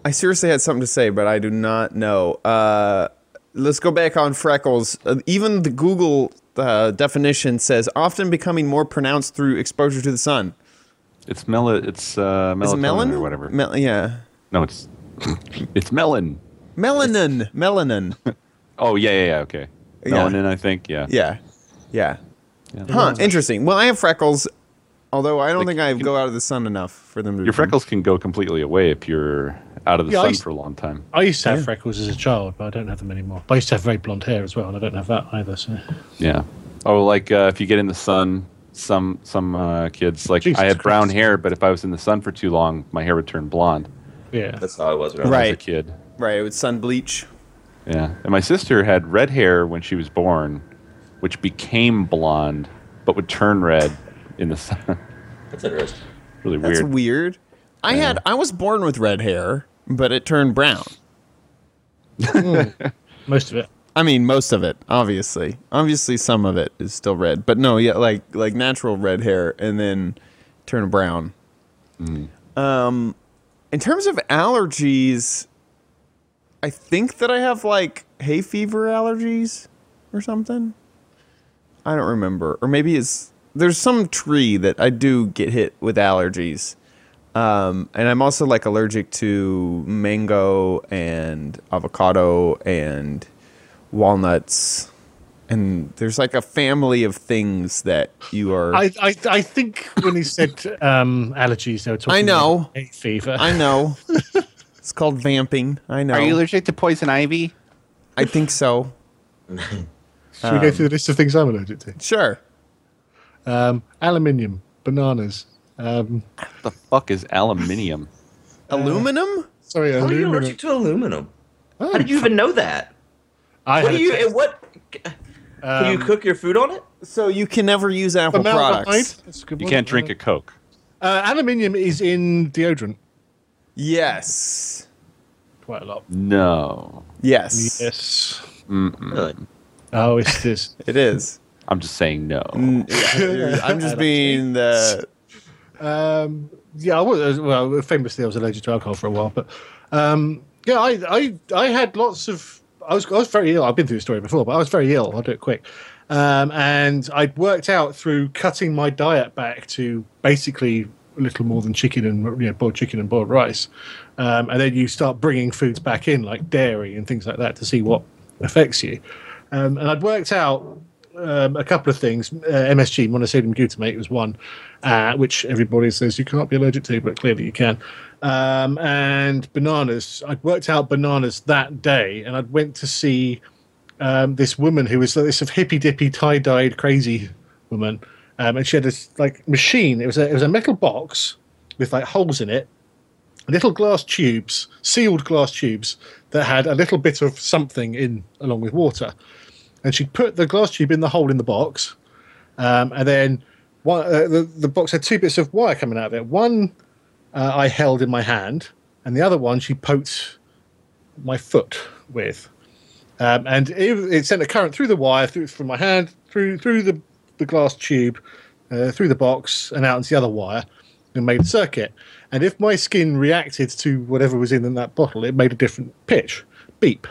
I seriously had something to say, but I do not know. Uh, let's go back on freckles. Uh, even the Google uh, definition says often becoming more pronounced through exposure to the sun. It's mel. It's uh, melatonin Is it melon or whatever. Mel- yeah, no, it's it's melon. melanin. Melanin. Oh yeah, yeah, yeah. Okay, Yeah. melanin. I think. Yeah. Yeah. Yeah. Yeah. Huh. Interesting. Well, I have freckles, although I don't Like, think I you- go out of the sun enough for them to. Your freckles can go completely away if you're out of the Yeah, I sun used- for a long time. I used to have freckles as a child, but I don't have them anymore. But I used to have very blonde hair as well, and I don't have that either. So. Yeah. Oh, like uh, if you get in the sun, some some uh, kids like Jesus I had brown Christ. hair, but if I was in the sun for too long, my hair would turn blonde. Yeah. That's how I was. When I was As a Right. kid. Right. With sun bleach. Yeah. And my sister had red hair when she was born, which became blonde, but would turn red in the sun. That's interesting. really That's weird. weird. I had. I was born with red hair, but it turned brown. Most of it. I mean, most of it, obviously. Obviously, some of it is still red, but no, yeah, like like natural red hair, and then turn brown. Um, in terms of allergies, I think that I have like hay fever allergies or something. I don't remember, or maybe it's there's some tree that I do get hit with allergies. Um, and I'm also like allergic to mango and avocado and walnuts and there's like a family of things that you are I, I, I think when he said um, allergies, they were talking I know. about hay fever. I know it's called vamping i know allergic to poison ivy? i think so Should we go through the list of things I'm allergic to? sure Um, aluminium, bananas. Um, The fuck is aluminium? Uh, aluminum sorry, How are you aluminum. allergic to aluminum? Oh, How did you even know that? I What had do a you? test. and What? Can Um, you cook your food on it? so you can never use apple Formaldehyde? products That's a good You one. can't drink a Coke. Uh, aluminium is in deodorant yes quite a lot. No. yes Yes. Really? Oh, it's this. it is I'm just saying no. Mm, yeah, i'm just being the uh, Um, yeah, I was well. Famously, I was allergic to alcohol for a while, but um, Yeah, I, I, I had lots of. I was, I was very ill. I've been through the story before, but I was very ill. I'll do it quick. Um, and I'd worked out through cutting my diet back to basically a little more than chicken and you know, boiled chicken and boiled rice. Um, and then you start bringing foods back in, like dairy and things like that, to see what affects you. Um, and I'd worked out um, a couple of things. Uh, MSG, monosodium glutamate, was one, uh, which everybody says you can't be allergic to, but clearly you can. Um, and bananas. I'd worked out bananas that day, and I'd went to see um, this woman who was like this sort of hippy dippy tie dyed crazy woman, um, and she had this like machine. It was a it was a metal box with like holes in it, little glass tubes, sealed glass tubes that had a little bit of something in along with water, and she put the glass tube in the hole in the box, um, and then one, uh, the the box had two bits of wire coming out of it. One uh, I held in my hand, and the other one she poked my foot with. Um, and it, it sent a current through the wire through from my hand through through the, the glass tube uh, through the box and out into the other wire and made a circuit and if my skin reacted to whatever was in that bottle it made a different pitch beep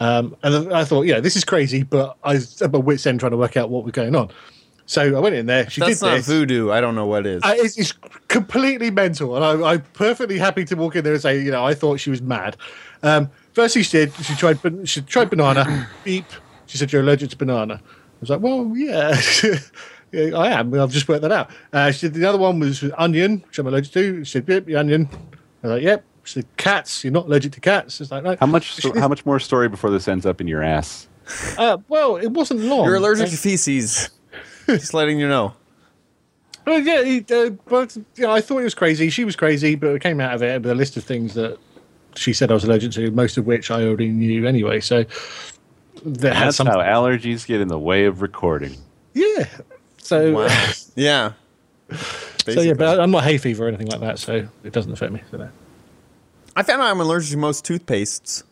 um, and I thought, yeah, this is crazy, but I was at my wits' end trying to work out what was going on. So I went in there. She That's did not this. voodoo. I don't know what is. I, Uh, it's, it's completely mental, and I, I'm perfectly happy to walk in there and say, you know, I thought she was mad. Um, first, she did. She tried. ban- She tried banana. beep. She said you're allergic to banana. I was like, well, yeah, Yeah, I am. I've just worked that out. Uh, she said the other one was onion, which I'm allergic to. She said, yep, the onion. I was like, yep. She said cats. You're not allergic to cats. It's like, no. How much? sto- how much more story before this ends up in your ass? Uh, well, it wasn't long. You're allergic to feces. Just letting you know. Well, yeah, he, uh, but yeah, I thought it was crazy. She was crazy, but it came out of it with a list of things that she said I was allergic to, most of which I already knew anyway. So that had That's some, how allergies get in the way of recording. yeah. So, Wow. uh, Yeah. so yeah, Basically. but I'm not hay fever or anything like that, so it doesn't affect me. So no. I found out I'm allergic to most toothpastes.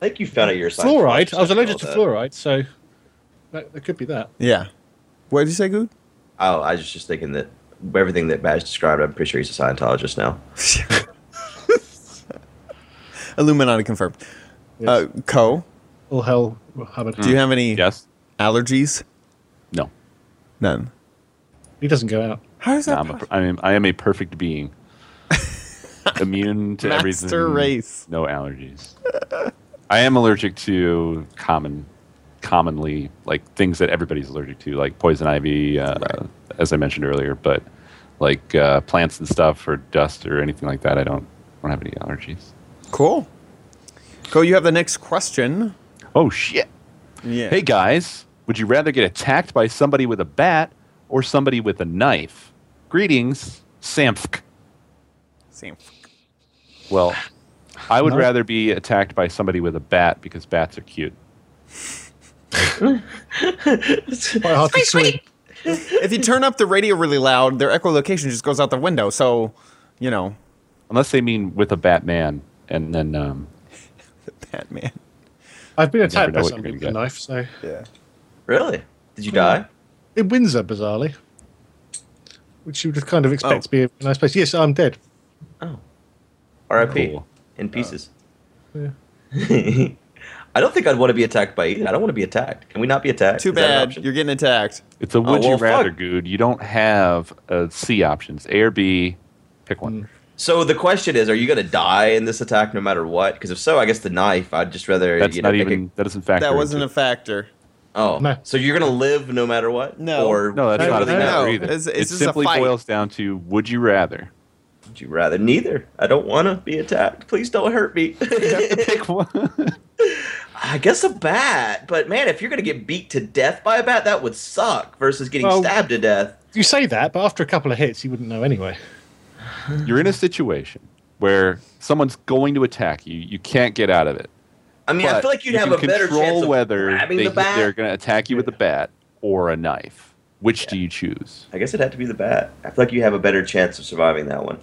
I think you found out your Fluoride. I was allergic to that. fluoride, so that, that could be that. Yeah. What did you say, Good? Oh, I was just thinking that everything that Bash described, I'm pretty sure he's a Scientologist now. Illuminati confirmed. Uh, Co, All hell, Muhammad. do you have any Hmm. Yes. allergies? No. None. He doesn't go out. How is No, that? I'm a, possible? I am I am a perfect being, immune to everything. Master race. No allergies. I am allergic to common, commonly like things that everybody's allergic to, like poison ivy, uh, as I mentioned earlier. But like uh, plants and stuff, or dust, or anything like that, I don't I don't have any allergies. Cool. Co, you have the next question. Oh shit! Yeah. Hey guys, would you rather get attacked by somebody with a bat or somebody with a knife? Greetings, Samfk. Same. Well, I would No. rather be attacked by somebody with a bat because bats are cute. Quite hard to swing. If you turn up the radio really loud, their echolocation just goes out the window. So, you know, Unless they mean with a Batman, and then um, Batman. I've been attacked know by what you're somebody gonna with a get. knife, so Yeah. Really? Did you die? in Windsor, bizarrely, which you would kind of expect Oh. to be a nice place. Yes, I'm dead. R.I.P. Cool. In pieces. Yeah. I don't think I'd want to be attacked by either. I don't want to be attacked. Can we not be attacked? Too Is that an bad. option? You're getting attacked. it's a would well, you rather, fuck. good. You don't have uh, C options, A or B. Pick one. So the question is, are you going to die in this attack no matter what? Because if so, I guess the knife. I'd just rather That's you know, not pick even. That doesn't factor. That wasn't a into- factor. A, oh, No. so you're going to live no matter what? No. Or No, that's No, not a no, factor no. either. It's- it's it just a simply fight. boils down to would you rather. would you rather neither? I don't want to be attacked. Please don't hurt me. Pick one. I guess a bat, but man, if you're gonna get beat to death by a bat, that would suck. Versus getting Well- stabbed to death. You say that, but after a couple of hits, you wouldn't know anyway. You're in a situation where someone's going to attack you. You can't get out of it. I mean, I But feel like you'd you have can a better control chance of whether grabbing they, the bat. are going to attack you with a bat or a knife. Which do you choose? I guess it'd have to be the bat. I feel like you have a better chance of surviving that one.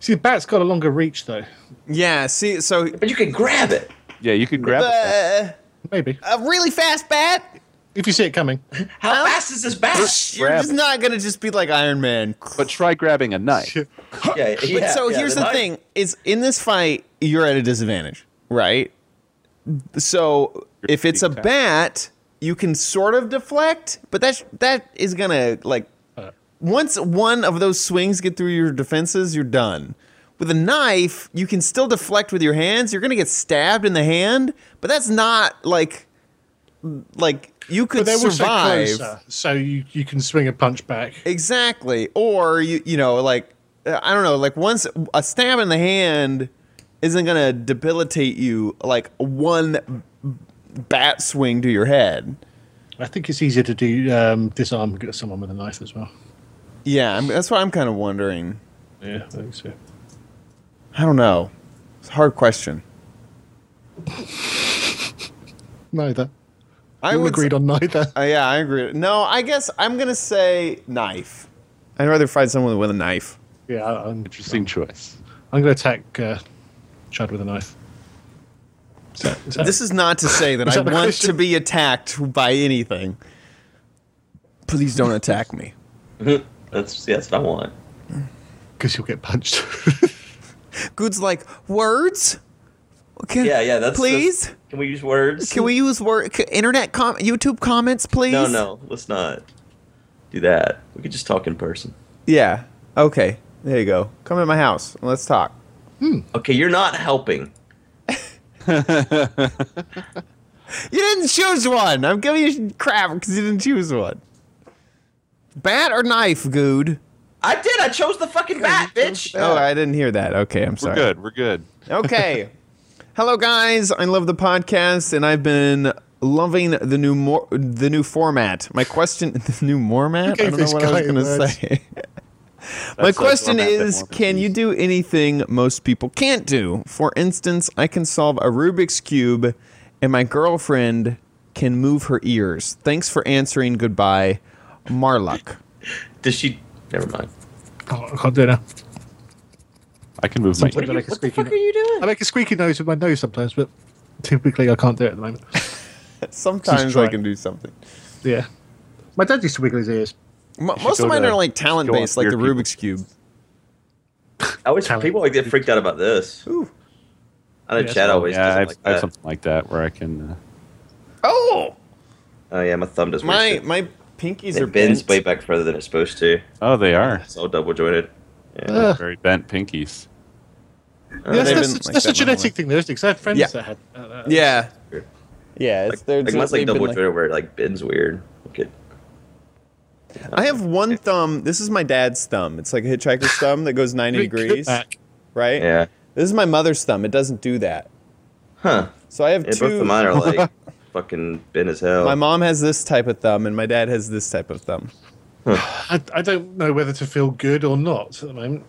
See, the bat's got a longer reach, though. Yeah. See, so. But you can grab it. Yeah, you could grab. a- Uh, Maybe. a really fast bat if you see it coming. How fast is this bat? You're Grab just it. not gonna just be like Iron Man. But try grabbing a knife. yeah, But yeah, so yeah, here's the knife. thing: is in this fight, you're at a disadvantage, right? So if it's a being attacked. bat, you can sort of deflect, but that that is gonna like once one of those swings get through your defenses, you're done. With a knife, you can still deflect with your hands. You're gonna get stabbed in the hand, but that's not like like you could But they're also survive. closer, so you, you can swing a punch back. Exactly. Or you you know like uh, I don't know like once a stab in the hand isn't gonna debilitate you like one bat swing to your head. I think it's easier to do um, disarm get someone with a knife as well. Yeah, I'm, that's what I'm kind of wondering. Yeah, I think so. I don't know. It's a hard question. Neither. I I all would. agreed on neither. uh, yeah, I agree. No, I guess I'm gonna say knife. I'd rather fight someone with a knife. Yeah, I- I'm, Interesting choice. I'm going to attack uh, Chad with a knife. Is that- is that- This is not to say that, Is I that a want question? to be attacked by anything. Please don't attack me. That's yeah, that's what I want. because you'll get punched. Good's like words. Can, Yeah, yeah. That's please. that's- can we use words? can we use word c- internet com- YouTube comments, please? No, no. Let's not do that. We could just talk in person. Yeah. Okay. There you go. Come at my house. and Let's talk. Okay, you're not helping. You didn't choose one. I'm giving you crap because you didn't choose one. Bat or knife, Good. I did. I chose the fucking bat, bitch. Oh, I didn't hear that. Okay, I'm We're sorry. good. We're good. Okay. Hello, guys. I love the podcast, and I've been loving the new mor- the new format. My question: the new format. I gave don't know this what I was guy going to words. say. My like question format that is: more Can you do anything most people can't do? For instance, I can solve a Rubik's cube, and my girlfriend can move her ears. Thanks for answering. Goodbye, Marluck. Does she? Never mind. oh, I can't do it now. I can move my. Something that I What can the squeak fuck in. are you doing? I make a squeaky noise with my nose sometimes, but typically I can't do it at the moment. Sometimes I try. can do something. Yeah. My dad used to wiggle his ears. M- most go of mine to- are like talent based, like the weird people. Rubik's cube. I always Talent. people like get freaked out about this. Ooh. I know Yeah, Chad so- always Yeah, does it I've, like I have that. something like that where I can. Uh, Oh. Oh yeah, my thumb does. My weird shit. my pinkies are it bends bent. way back further than it's supposed to. oh, they are It's all double jointed. Yeah. Uh, very bent pinkies. Uh, yes, they that's, didn't that's, like a that one, genetic like- thing, though, isn't it? 'Cause I had friends Yeah. that had. Uh, uh, Yeah. Yeah, it's they're like mine's they've like been double like- jointed where it like bends weird. Look at I have one thumb. This is my dad's thumb. It's like a hitchhiker's thumb that goes 90 Big degrees, kickback. right? yeah, This is my mother's thumb. It doesn't do that. huh? So I have Yeah, both two. of mine are like fucking bent as hell. my mom has this type of thumb and my dad has this type of thumb. I, I don't know whether to feel good or not at the moment.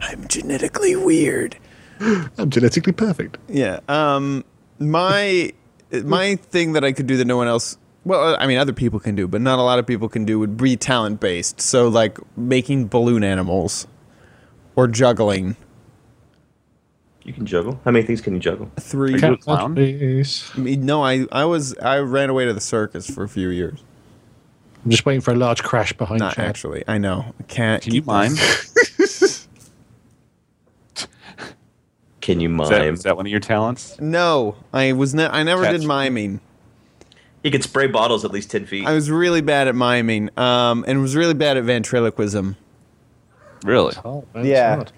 I'm genetically weird. I'm genetically perfect. Yeah. Um my my thing that I could do that no one else well, I mean other people can do, but not a lot of people can do would be talent based. So like making balloon animals or juggling. you can juggle. How many things can you juggle? Three Are you a clown? Please. I mean, no, I, I was I ran away to the circus for a few years. I'm just waiting for a large crash behind Not Chad. actually. I know. I can't. Can you mime? Is Can you that, mime? is that one of your talents? No, I was ne- I never Catch. did miming. You can spray bottles at least ten feet. I was really bad at miming, um, and was really bad at ventriloquism. Really? Can Oh, man, Yeah. it's hard.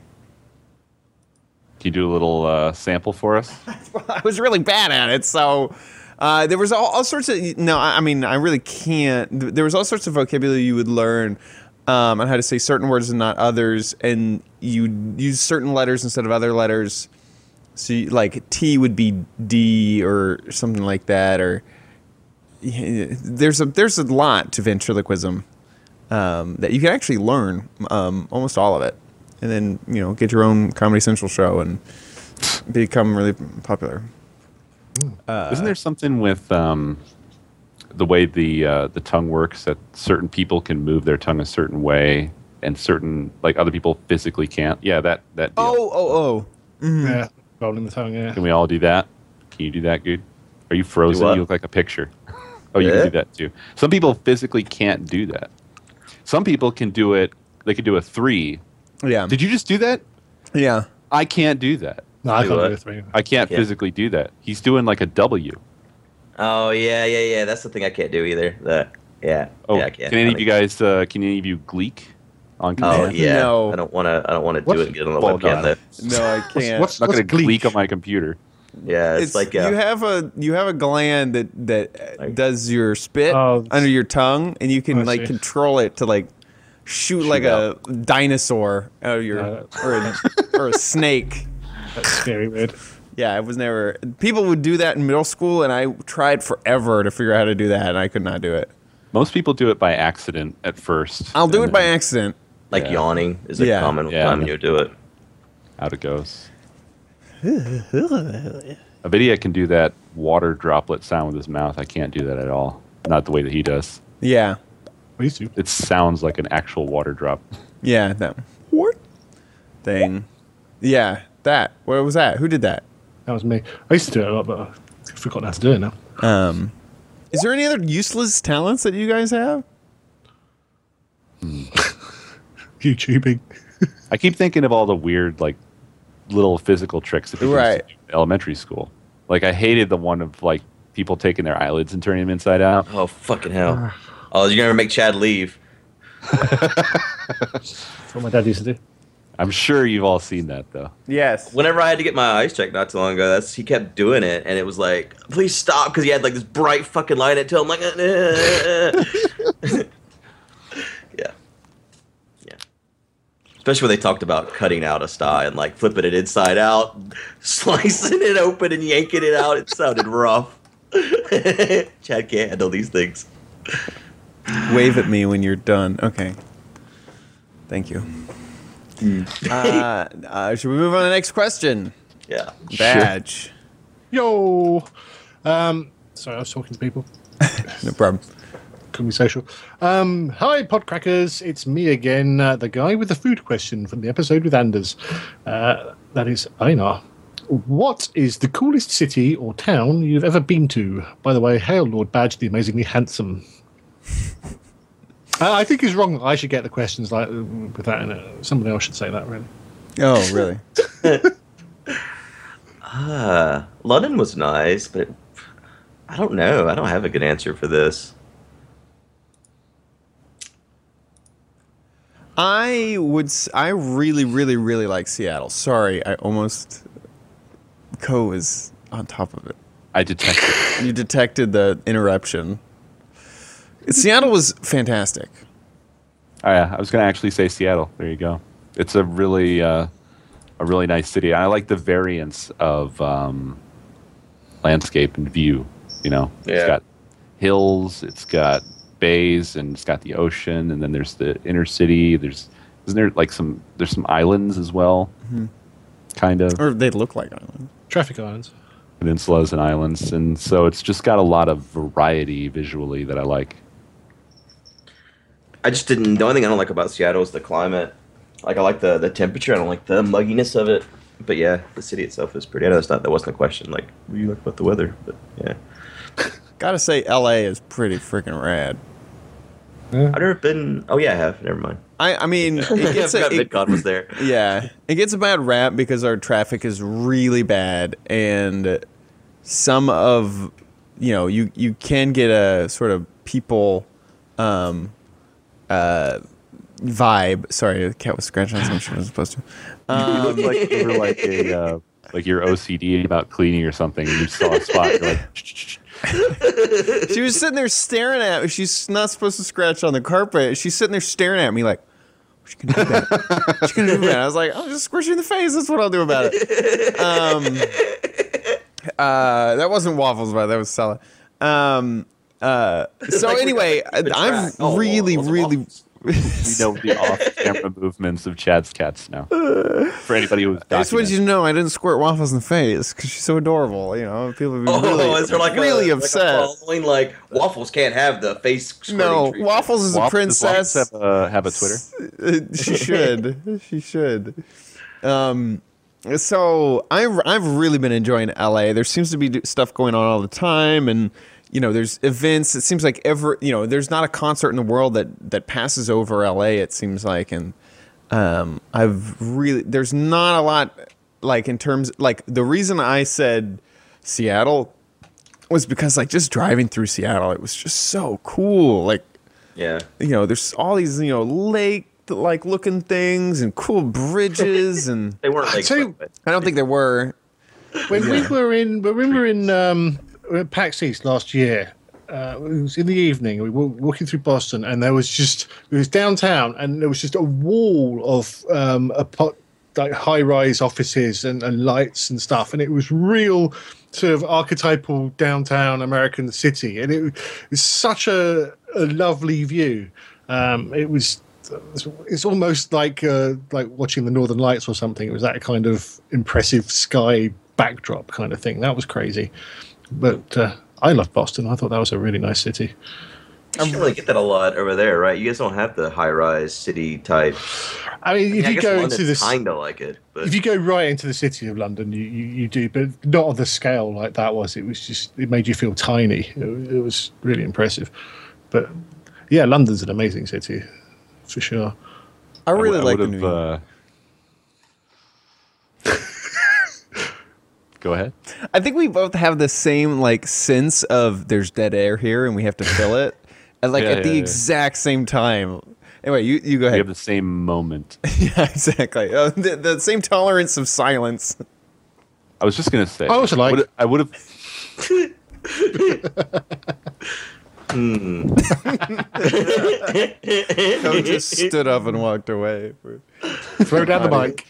you do a little uh, sample for us? I was really bad at it. So uh, there was all, all sorts of no. I, I mean, I really can't. th- There was all sorts of vocabulary you would learn um, on how to say certain words and not others, and you would use certain letters instead of other letters. So you, like T would be D or something like that, or there's a there's a lot to ventriloquism um, that you can actually learn um, almost all of it, and then you know get your own Comedy Central show and become really popular. Isn't there something with um, the way the uh, the tongue works that certain people can move their tongue a certain way and certain like other people physically can't? Yeah, that that. Deal. Oh, oh, oh. Yeah. Rolling the tongue, yeah. Can we all do that? Can you do that, good? Are you frozen? what? you look like a picture. oh, you Yeah. can do that too. Some people physically can't do that. Some people can do it. They can do a three. Um. Yeah. Did you just do that? yeah. I can't do that. No, I Do can't what? do a three. I can't Yeah. physically do that. He's doing like a W. Oh yeah, yeah, yeah. That's the thing I can't do either. That yeah. Oh, yeah, I can any of you guys? Uh, can any of you gleek on? Oh command? yeah. No. I don't want to. I don't want to do What's- it. and Get on the Well, webcam God. though. No, I can't. what's- I'm not going to gleek? gleek on my computer. Yeah, it's, It's like uh, yeah. you have a you have a gland that that uh, Like- does your spit Oh, under your tongue, and you can I like see. control it to like shoot, like a dinosaur out of your Uh, or a, or a snake. That's scary weird. Yeah, it was never. People would do that in middle school, and I tried forever to figure out how to do that, and I could not do it. Most people do it by accident at first. I'll do and it by then accident. like yeah. yawning is a Yeah. common Yeah. time you do it. Out it goes. Avidia can do that water droplet sound with his mouth. I can't do that at all. Not the way that he does. Yeah, Please do. It sounds like an actual water drop. yeah, that what thing? Yeah, that. What was that? Who did that? That was me. I used to do it a lot, but I forgot how to do it now. Um, is there any other useless talents that you guys have? YouTubing. I keep thinking of all the weird, like, little physical tricks that people used to Right. do in elementary school. Like, I hated the one of, like, people taking their eyelids and turning them inside out. Oh fucking hell! Oh, you're gonna make Chad leave. That's what my dad used to do. I'm sure you've all seen that, though. Yes. Whenever I had to get my eyes checked not too long ago, that's he kept doing it, and it was like, please stop, because he had like this bright fucking light in it. Till I'm like, "Uh, uh, uh." yeah, yeah. Especially when they talked about cutting out a sty and like flipping it inside out, slicing it open and yanking it out. It sounded rough. Chad can't handle these things. Wave at me when you're done. Okay. Thank you. uh, uh, should we move on to the next question? Yeah. Badge. Yo. Um, sorry, I was talking to people. No problem. Couldn't be social. Um, hi, Podcrackers. It's me again, uh, the guy with the food question from the episode with Anders. Uh, that is Einar. What is the coolest city or town you've ever been to? By the way, hail Lord Badge, the amazingly handsome. Uh, I think he's wrong. that I should get the questions like uh, with that in it. Somebody else should say that, really. Oh, really? Uh, London was nice, but I don't know. I don't have a good answer for this. I would. s- I really, really, really like Seattle. Sorry, I almost. Co was on top of it. I detected it. You detected the interruption. Seattle was fantastic. Oh, yeah, I was going to actually say Seattle. There you go. It's a really, uh, a really nice city. I like the variance of um, landscape and view. You know, it's Yeah. got hills, it's got bays, and it's got the ocean, and then there's the inner city. There's isn't there like some there's some islands as well, kind of Or they look like islands. Traffic Islands. peninsulas and islands, and so it's just got a lot of variety visually that I like. I just didn't. The only thing I don't like about Seattle is the climate. Like I like the the temperature. I don't like the mugginess of it. But yeah, the city itself is pretty. I know that's not that wasn't a question. Like what do you like about the weather? But yeah, Gotta say, LA is pretty freaking rad. I've never been. Oh yeah, I have. Never mind. I, I mean, it I gets a, forgot it, VidCon was there. yeah, it gets a bad rap because our traffic is really bad, and some of you know you you can get a sort of people um, uh, vibe. Sorry, the cat was scratching on something she wasn't supposed to. you look like you were like a uh, like your OCD about cleaning or something, and you saw a spot. You're like, "Shh, shh, shh." She was sitting there staring at me. She's not supposed to scratch on the carpet. She's sitting there staring at me like, she can do that. She can do that. I was like, I'll just squish you in the face. That's what I'll do about it. Um, uh, that wasn't waffles, but that was salad. Um, uh, so Like we anyway, gotta keep a I'm track. Oh, really, waffles, really. waffles. we know the off-camera movements of Chad's cats now. For anybody who's I just want you documented. to know I didn't squirt waffles in the face because she's so adorable. You know, people would be Oh, really, is there like really a, upset. Like, a following, like waffles can't have the face. squirting no, treatment. waffles is a Waffles- princess. Waffles Have, uh, have a Twitter. Uh, she should. she should. Um, so I've I've really been enjoying LA. There seems to be do- stuff going on all the time, and you know, there's events. It seems like every you know, there's not a concert in the world that that passes over LA. It seems like, and um, I've really there's not a lot like in terms like the reason I said Seattle was because like just driving through Seattle, it was just so cool. Like Yeah. you know, there's all these you know lake like looking things and cool bridges and. They weren't like. tell you- but- I don't think there were. when we were in when we were in um, we were at PAX East last year. Uh, it was in the evening. We were walking through Boston, and there was just it was downtown, and there was just a wall of um, a pot, like high-rise offices and, and lights and stuff, and it was real sort of archetypal downtown American city, and it was such a, a lovely view. Um, it was it's almost like uh, like watching the Northern Lights or something. It was that kind of impressive sky backdrop kind of thing. That was crazy, but uh, I love Boston. I thought that was a really nice city. You should really get that a lot over there, right? You guys don't have the high-rise city type. I mean, if you go into this, kind of like it, but if you go right into the city of London, you, you, you do, but not on the scale like that was. It was just it made you feel tiny. It, wa- it was really impressive, but yeah, London's an amazing city for sure. I really like the would've, New York. uh, Go ahead. I think we both have the same like sense of there's dead air here and we have to fill it, and like Yeah, at the yeah, yeah. exact same time. Anyway, you, you go We ahead. have the same moment. yeah, exactly. Uh, the, the same tolerance of silence. I was just gonna say. I also like- would- I would have. Coach just stood up and walked away. Throw down the mic.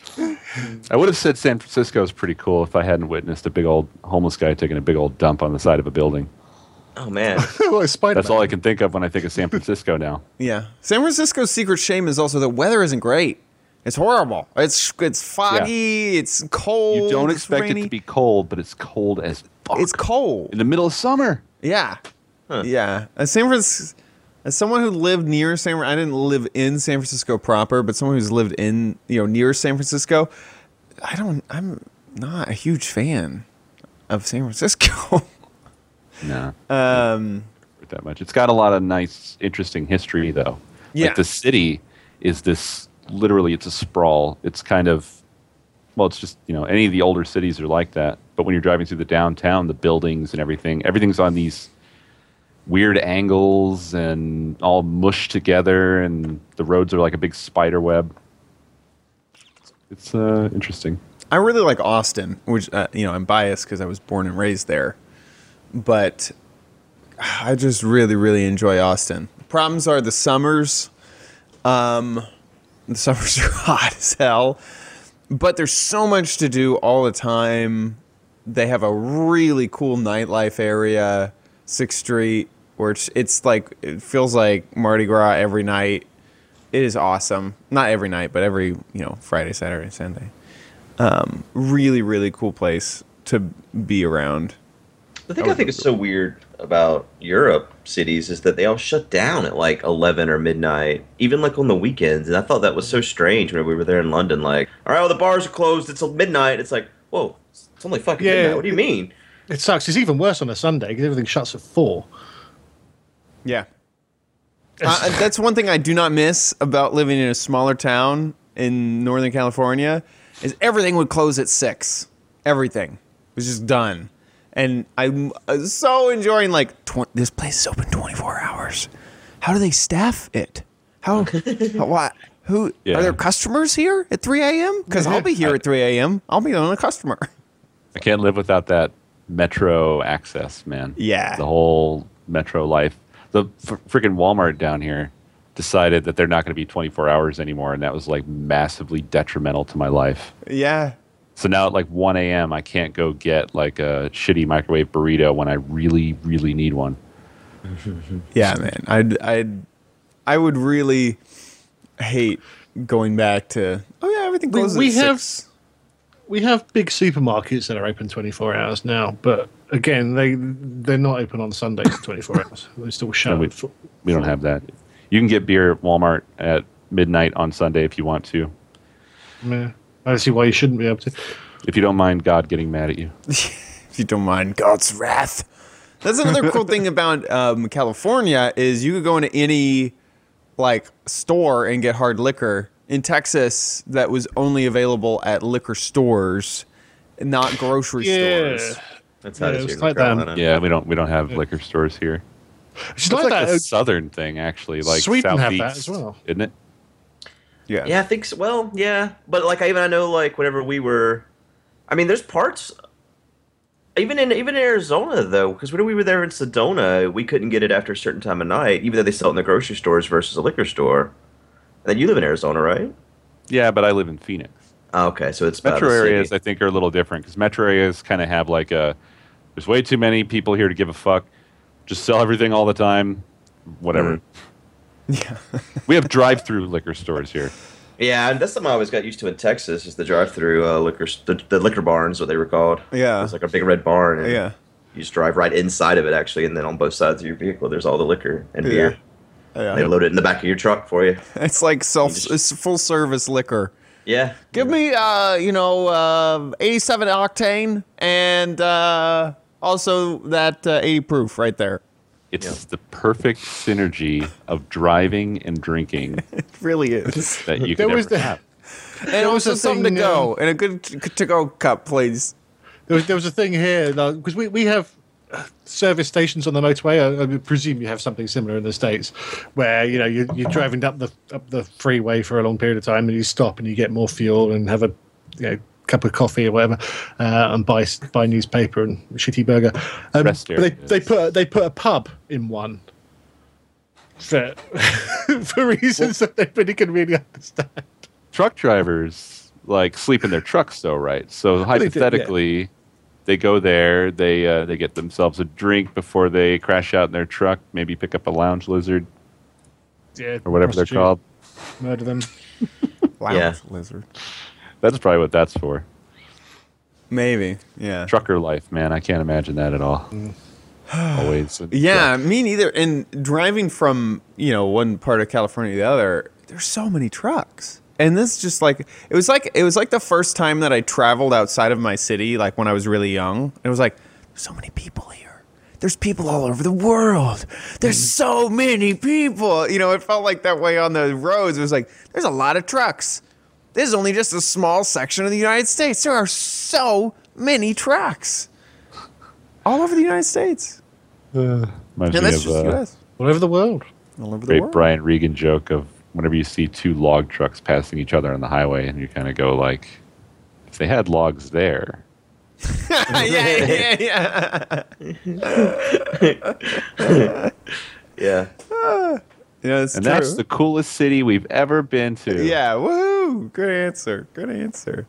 I would have said San Francisco is pretty cool if I hadn't witnessed a big old homeless guy taking a big old dump on the side of a building. oh man, Well, it's Spider-Man. That's all I can think of when I think of San Francisco now. Yeah, San Francisco's secret shame is also the weather isn't great. It's horrible. It's it's foggy. It's cold. You don't it's expect it rainy. to be cold, but it's cold as fuck. It's in cold. the middle of summer. Yeah. Yeah. As San Francisco, as someone who lived near San, I didn't live in San Francisco proper, but someone who's lived in you know near San Francisco, I don't. I'm not a huge fan of San Francisco. No. Um, that much. It's got a lot of nice, interesting history, though. Yeah. Like the city is this literally, it's a sprawl. It's kind of, well, it's just, you know, any of the older cities are like that. But when you're driving through the downtown, the buildings and everything, everything's on these weird angles and all mushed together, and the roads are like a big spider web. It's uh, interesting. I really like Austin, which uh, you know I'm biased because I was born and raised there, but I just really really enjoy Austin. Problems are the summers. Um, the summers are hot as hell, but there's so much to do all the time. They have a really cool nightlife area, Sixth Street, where it's, it's like it feels like Mardi Gras every night. It is awesome. Not every night, but every you know Friday, Saturday, Sunday really really cool place to be around. the thing I think is so weird about Europe cities is that they all shut down at like eleven or midnight, even like on the weekends. And I thought that was so strange when we were there in London. Like, all right, well the bars are closed. It's midnight. It's like, whoa, it's only fucking Yeah. midnight. What do you mean? It sucks. It's even worse on a Sunday because everything shuts at four. Yeah. Uh, that's one thing I do not miss about living in a smaller town in Northern California is everything would close at 6. Everything was just done. And I'm uh, so enjoying like tw- this place is open 24 hours. How do they staff it? How, how why who Yeah. are there customers here at 3 a.m.? Because I'll be here at 3 a.m. I'll be the only customer. I can't live without that metro access, man. Yeah. The whole metro life. The fr- freaking Walmart down here decided that they're not going to be 24 hours anymore, and that was like massively detrimental to my life. Yeah. So now at like 1 a.m., I can't go get like a shitty microwave burrito when I really, really need one. Yeah, man. I'd I'd I would really hate going back to oh yeah, everything We- closes. we at have- six. We have big supermarkets that are open 24 hours now, but again, they they're not open on Sundays 24 hours. They still shut. we- at four. We don't have that. You can get beer at Walmart at midnight on Sunday if you want to. Yeah. I see why you shouldn't be able to. If you don't mind God getting mad at you. if you don't mind God's wrath. That's another cool thing about um, California is you could go into any like store and get hard liquor. In Texas, that was only available at liquor stores, not grocery Yeah, stores. That's how Yeah, it it is here was in North like that. Carolina. Yeah, we don't we don't have liquor stores here. it's It's like, like, a that. southern thing, actually. Like Sweden have that southeast, as well. isn't it? Yeah. Yeah, I think so. Well, yeah, but like I even I know like whenever we were, I mean, there's parts, even in even in Arizona though, because when we were there in Sedona, we couldn't get it after a certain time of night, even though they sell it in the grocery stores versus a liquor store. Then you live in Arizona, right? Yeah, but I live in Phoenix. uh, Oh, okay, so it's about Metro the city. areas, I think, are a little different because metro areas kind of have like a. There's way too many people here to give a fuck. Just sell everything all the time, whatever. Mm. Yeah. we have drive-through liquor stores here. Yeah, and that's something I always got used to in Texas is the drive-through uh, liquor, the, the liquor barns, what they were called. Yeah. it's like a big red barn. And Yeah. you just drive right inside of it actually, and then on both sides of your vehicle, there's all the liquor and Yeah. beer. Yeah. They load it in the back of your truck for you. It's like self it's full service liquor. Yeah, Give me uh, you know, uh, 87 octane and uh, also that uh, 80 proof right there. It's the perfect synergy of driving and drinking It really is. that you There could was ever the- have. and was also a something thing, to go and a good t- to go cup, please. There was, there was a thing here because we, we have uh, service stations on the motorway. I, I would presume you have something similar in the states, where you know you, you're driving up the up the freeway for a long period of time, and you stop and you get more fuel and have a you know, cup of coffee or whatever, uh, and buy buy newspaper and shitty burger. Um, Rest but they, areas. they put they put a pub in one. For, for reasons that nobody can really understand. Truck drivers like sleep in their trucks, though, right? they So do, yeah. hypothetically, they go there, they uh, they get themselves a drink before they crash out in their truck. Maybe pick up a lounge lizard Yeah, or whatever prostitute, they're called. Murder them. Lounge Yeah. lizard. That's probably what that's for. Maybe. Yeah. Trucker life, man. I can't imagine that at all. Always. Mm. Yeah, me neither. And driving from you know one part of California to the other, there's so many trucks. And this is just like it was like it was like the first time that I traveled outside of my city, like when I was really young. It was like there's so many people here. There's people all over the world. There's so many people. You know, it felt like that way on the roads. It was like there's a lot of trucks. This is only just a small section of the United States. There are so many trucks all over the United States. Reminds Yeah, me that's of, just uh, US. All over the world. All over the great world. Brian Regan joke of whenever you see two log trucks passing each other on the highway, and you kind of go like, if they had logs there, yeah, yeah, yeah. yeah. yeah it's and that's the coolest city we've ever been to. yeah, woohoo! Good answer. Good answer.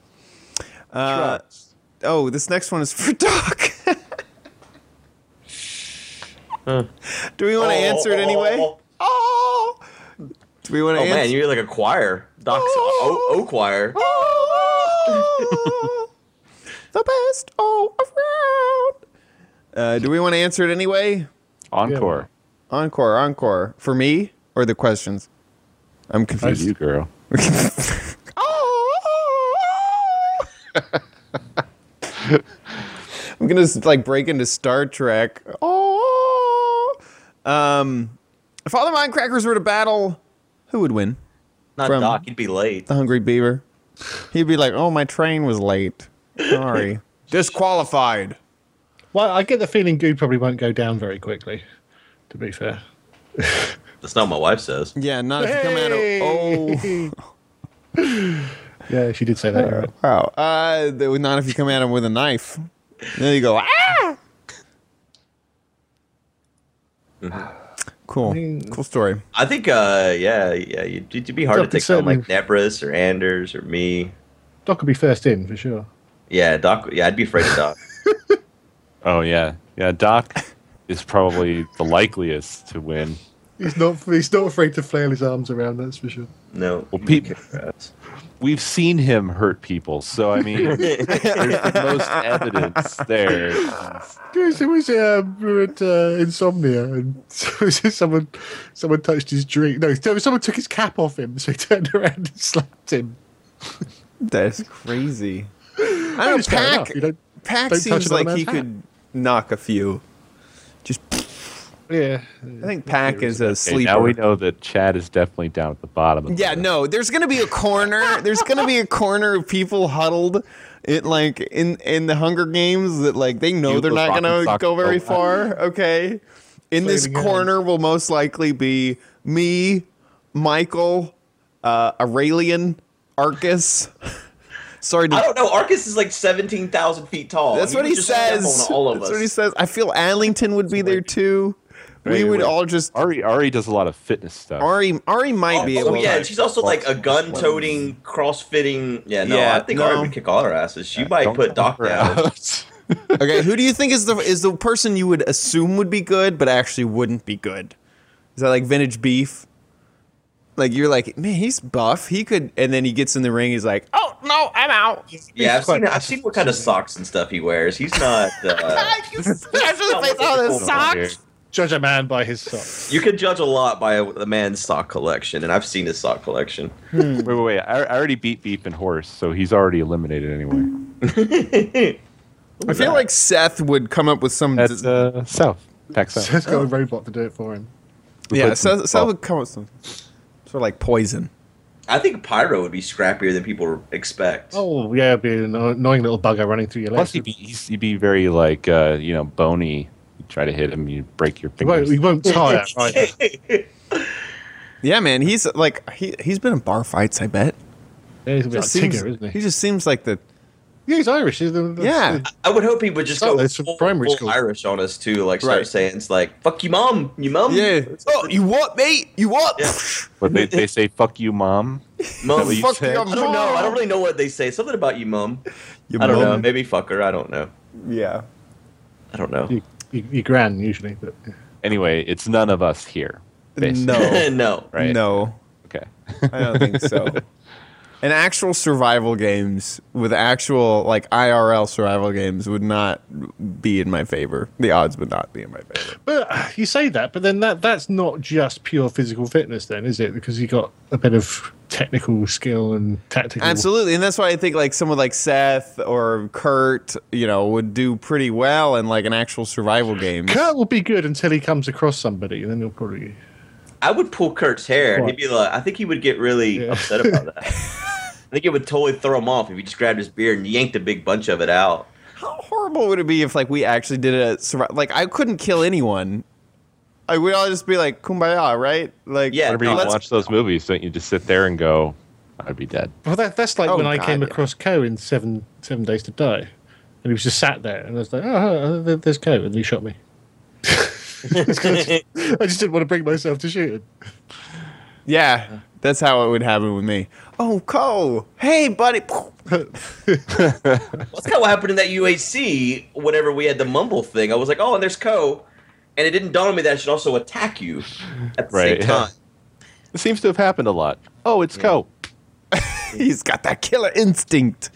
Uh, oh, this next one is for Doc. Do we want to answer it anyway? Oh, do we want to Oh man, answer? you're like a choir. Doc's Oh. oh, oh choir. Oh, the best all around. Uh, do we want to answer it anyway? Encore. Encore, encore. For me or the questions? I'm Good confused. Uh, you girl. I'm gonna like break into Star Trek. Oh, um, if all the Minecrackers were to battle, who would win? Not From- Doc, he'd be late. The Hungry Beaver. He'd be like, "Oh, my train was late. Sorry, disqualified." Well, I get the feeling Good probably won't go down very quickly, to be fair. That's not what my wife says. Yeah, not if you come out of oh yeah, she did say that. You're right. wow, uh, that would- not if you come at him with a knife. There you go. Ah! Mm-hmm. Cool, cool story. I think, uh, yeah, yeah, you'd, it'd be hard Doc to take could down like Nebris or Anders or me. Doc could be first in for sure. Yeah, Doc. Yeah, I'd be afraid of Doc. Oh yeah, yeah. Doc is probably the likeliest to win. He's not. He's not afraid to flail his arms around. That's for sure. No. Well, Pete- We've seen him hurt people, so I mean, there's the most evidence there. Guys, it was um, we were at uh, insomnia, and so it was someone, someone touched his drink. No, so someone took his cap off him, so he turned around and slapped him. That's crazy. I That don't know. is fair enough. Pack, You don't- Pack don't touch seems another like he man's hat. could knock a few. Just Yeah. I think Pack is a Okay, sleeper. now we know that Chad is definitely down at the bottom. Of the Yeah, list. no. There's gonna be a corner. There's gonna be a corner of people huddled, it like in in the Hunger Games that like they know You they're look not rock gonna and sock go very so far. Okay, in this Saving hands. corner will most likely be me, Michael, uh, Aurelian, Arcus. Sorry to I don't know. Arcus is like seventeen thousand feet tall. That's He what would he just step says. On all of That's us. what he says. I feel Adlington would be there too. We Wait, would wait. all just Ari Ari does a lot of fitness stuff. Ari. Ari might Oh, be oh, able. yeah, to, and she's also like a gun-toting, cross-fitting. Yeah, no, Yeah, I think no. Ari would kick all our asses. She might Don't put count Doc her down. out. Okay, who do you think is the is the person you would assume would be good but actually wouldn't be good? Is that like vintage beef? Like you're like, man, he's buff. He could, and then he gets in the ring. He's like, oh no, I'm out. Yeah, I've quite seen, I've seen what kind of socks and stuff he wears. He's not. Uh, you smash his face all the socks. Judge a man by his socks. you can judge a lot by a man's sock collection, and I've seen his sock collection. Wait, wait, wait. I, I already beat Beep and Horse, so he's already eliminated anyway. I feel like Seth would come up with some. That's uh, South. Pack So South. it's got a robot to do it for him. yeah, put some- Seth, Seth would come up with some sort of like poison. I think Pyro would be scrappier than people expect. Oh, yeah, it'd be an annoying little bugger running through your Plus, legs. he'd be, he's, he'd be very, like, uh, you know, bony. You try to hit him, you break your He won't, fingers. he won't tire. Right? Yeah, man, he's like he he's been in bar fights. I bet. Yeah, he's a bit like Just seems- Tigger, isn't he? just seems like the yeah, he's Irish. He's the, the- yeah. I would hope he would just Oh, go it's from primary school. Irish on us too, like start Right. saying it's like "fuck your mom, your mom, Oh, you what, mate? You what? Yeah. But they, they say, fuck you, mom. mom." Well, you Fuck said- your I don't know. I mom. don't really know what they say. Something about you, mom. Your I don't know. mom. Maybe fuck her. I don't know. Yeah. I don't know. You, you, you gran usually, but Anyway, it's none of us here. Basically. No. no. Right. No, Okay. I don't think so. And actual survival games with actual like IRL survival games would not be in my favor. The odds would not be in my favor. But uh, you say that, but then that that's not just pure physical fitness, then is it? Because you got a bit of technical skill and tactical. Absolutely, and that's why I think like someone like Seth or Kurt, you know, would do pretty well in like an actual survival game. Kurt will be good until he comes across somebody, and then he'll probably. I would pull Kurt's hair. and What? He'd be like, I think he would get really Yeah. upset about that. I think it would totally throw him off if he just grabbed his beard and yanked a big bunch of it out. How horrible would it be if like we actually did a survival? Like I couldn't kill anyone. I would all just be like kumbaya, right? Like Yeah, Whenever you no, let's- watch those movies, don't you just sit there and go, I'd be dead. Well, that, that's like Oh, when I God, came yeah. across Co in Seven Seven Days to Die, and he was just sat there, and I was like, "Oh, uh, there- there's Co," and he shot me. I just didn't want to bring myself to shoot him. yeah, that's how it would happen with me. Oh, Cole, hey, buddy. That's kind of what happened in that UAC whenever we had the mumble thing. I was like, oh, and there's Co. And it didn't dawn on me that I should also attack you at the Right, same yeah. time. It seems to have happened a lot. Oh, it's Co. He's got that killer instinct.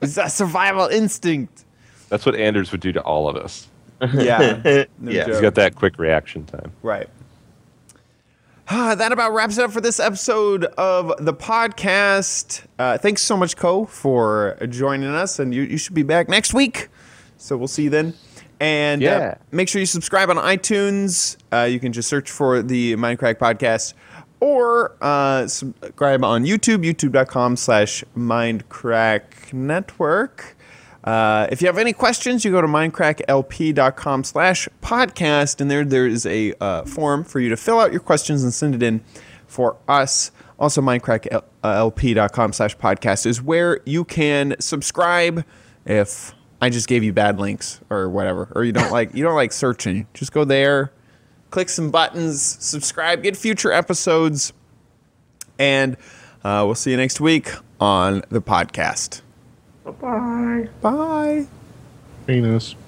He's that survival instinct. That's what Anders would do to all of us. Yeah, no Yeah. joke. He's got that quick reaction time. Right. Ah, that about wraps it up for this episode of the podcast. Uh, thanks so much, Co, for joining us, and you, you should be back next week. So we'll see you then. And uh, Yeah. make sure you subscribe on iTunes. Uh, you can just search for the Mindcrack podcast or uh, subscribe on YouTube, youtube.com slash Mindcrack Network. Uh, if you have any questions, you go to mindcracklp.com slash podcast, and there there is a uh, form for you to fill out your questions and send it in for us. Also, mindcracklp.com slash podcast is where you can subscribe if I just gave you bad links or whatever, or you don't like you don't like searching. Just go there, click some buttons, subscribe, get future episodes, and uh, we'll see you next week on the podcast. Bye. Venus.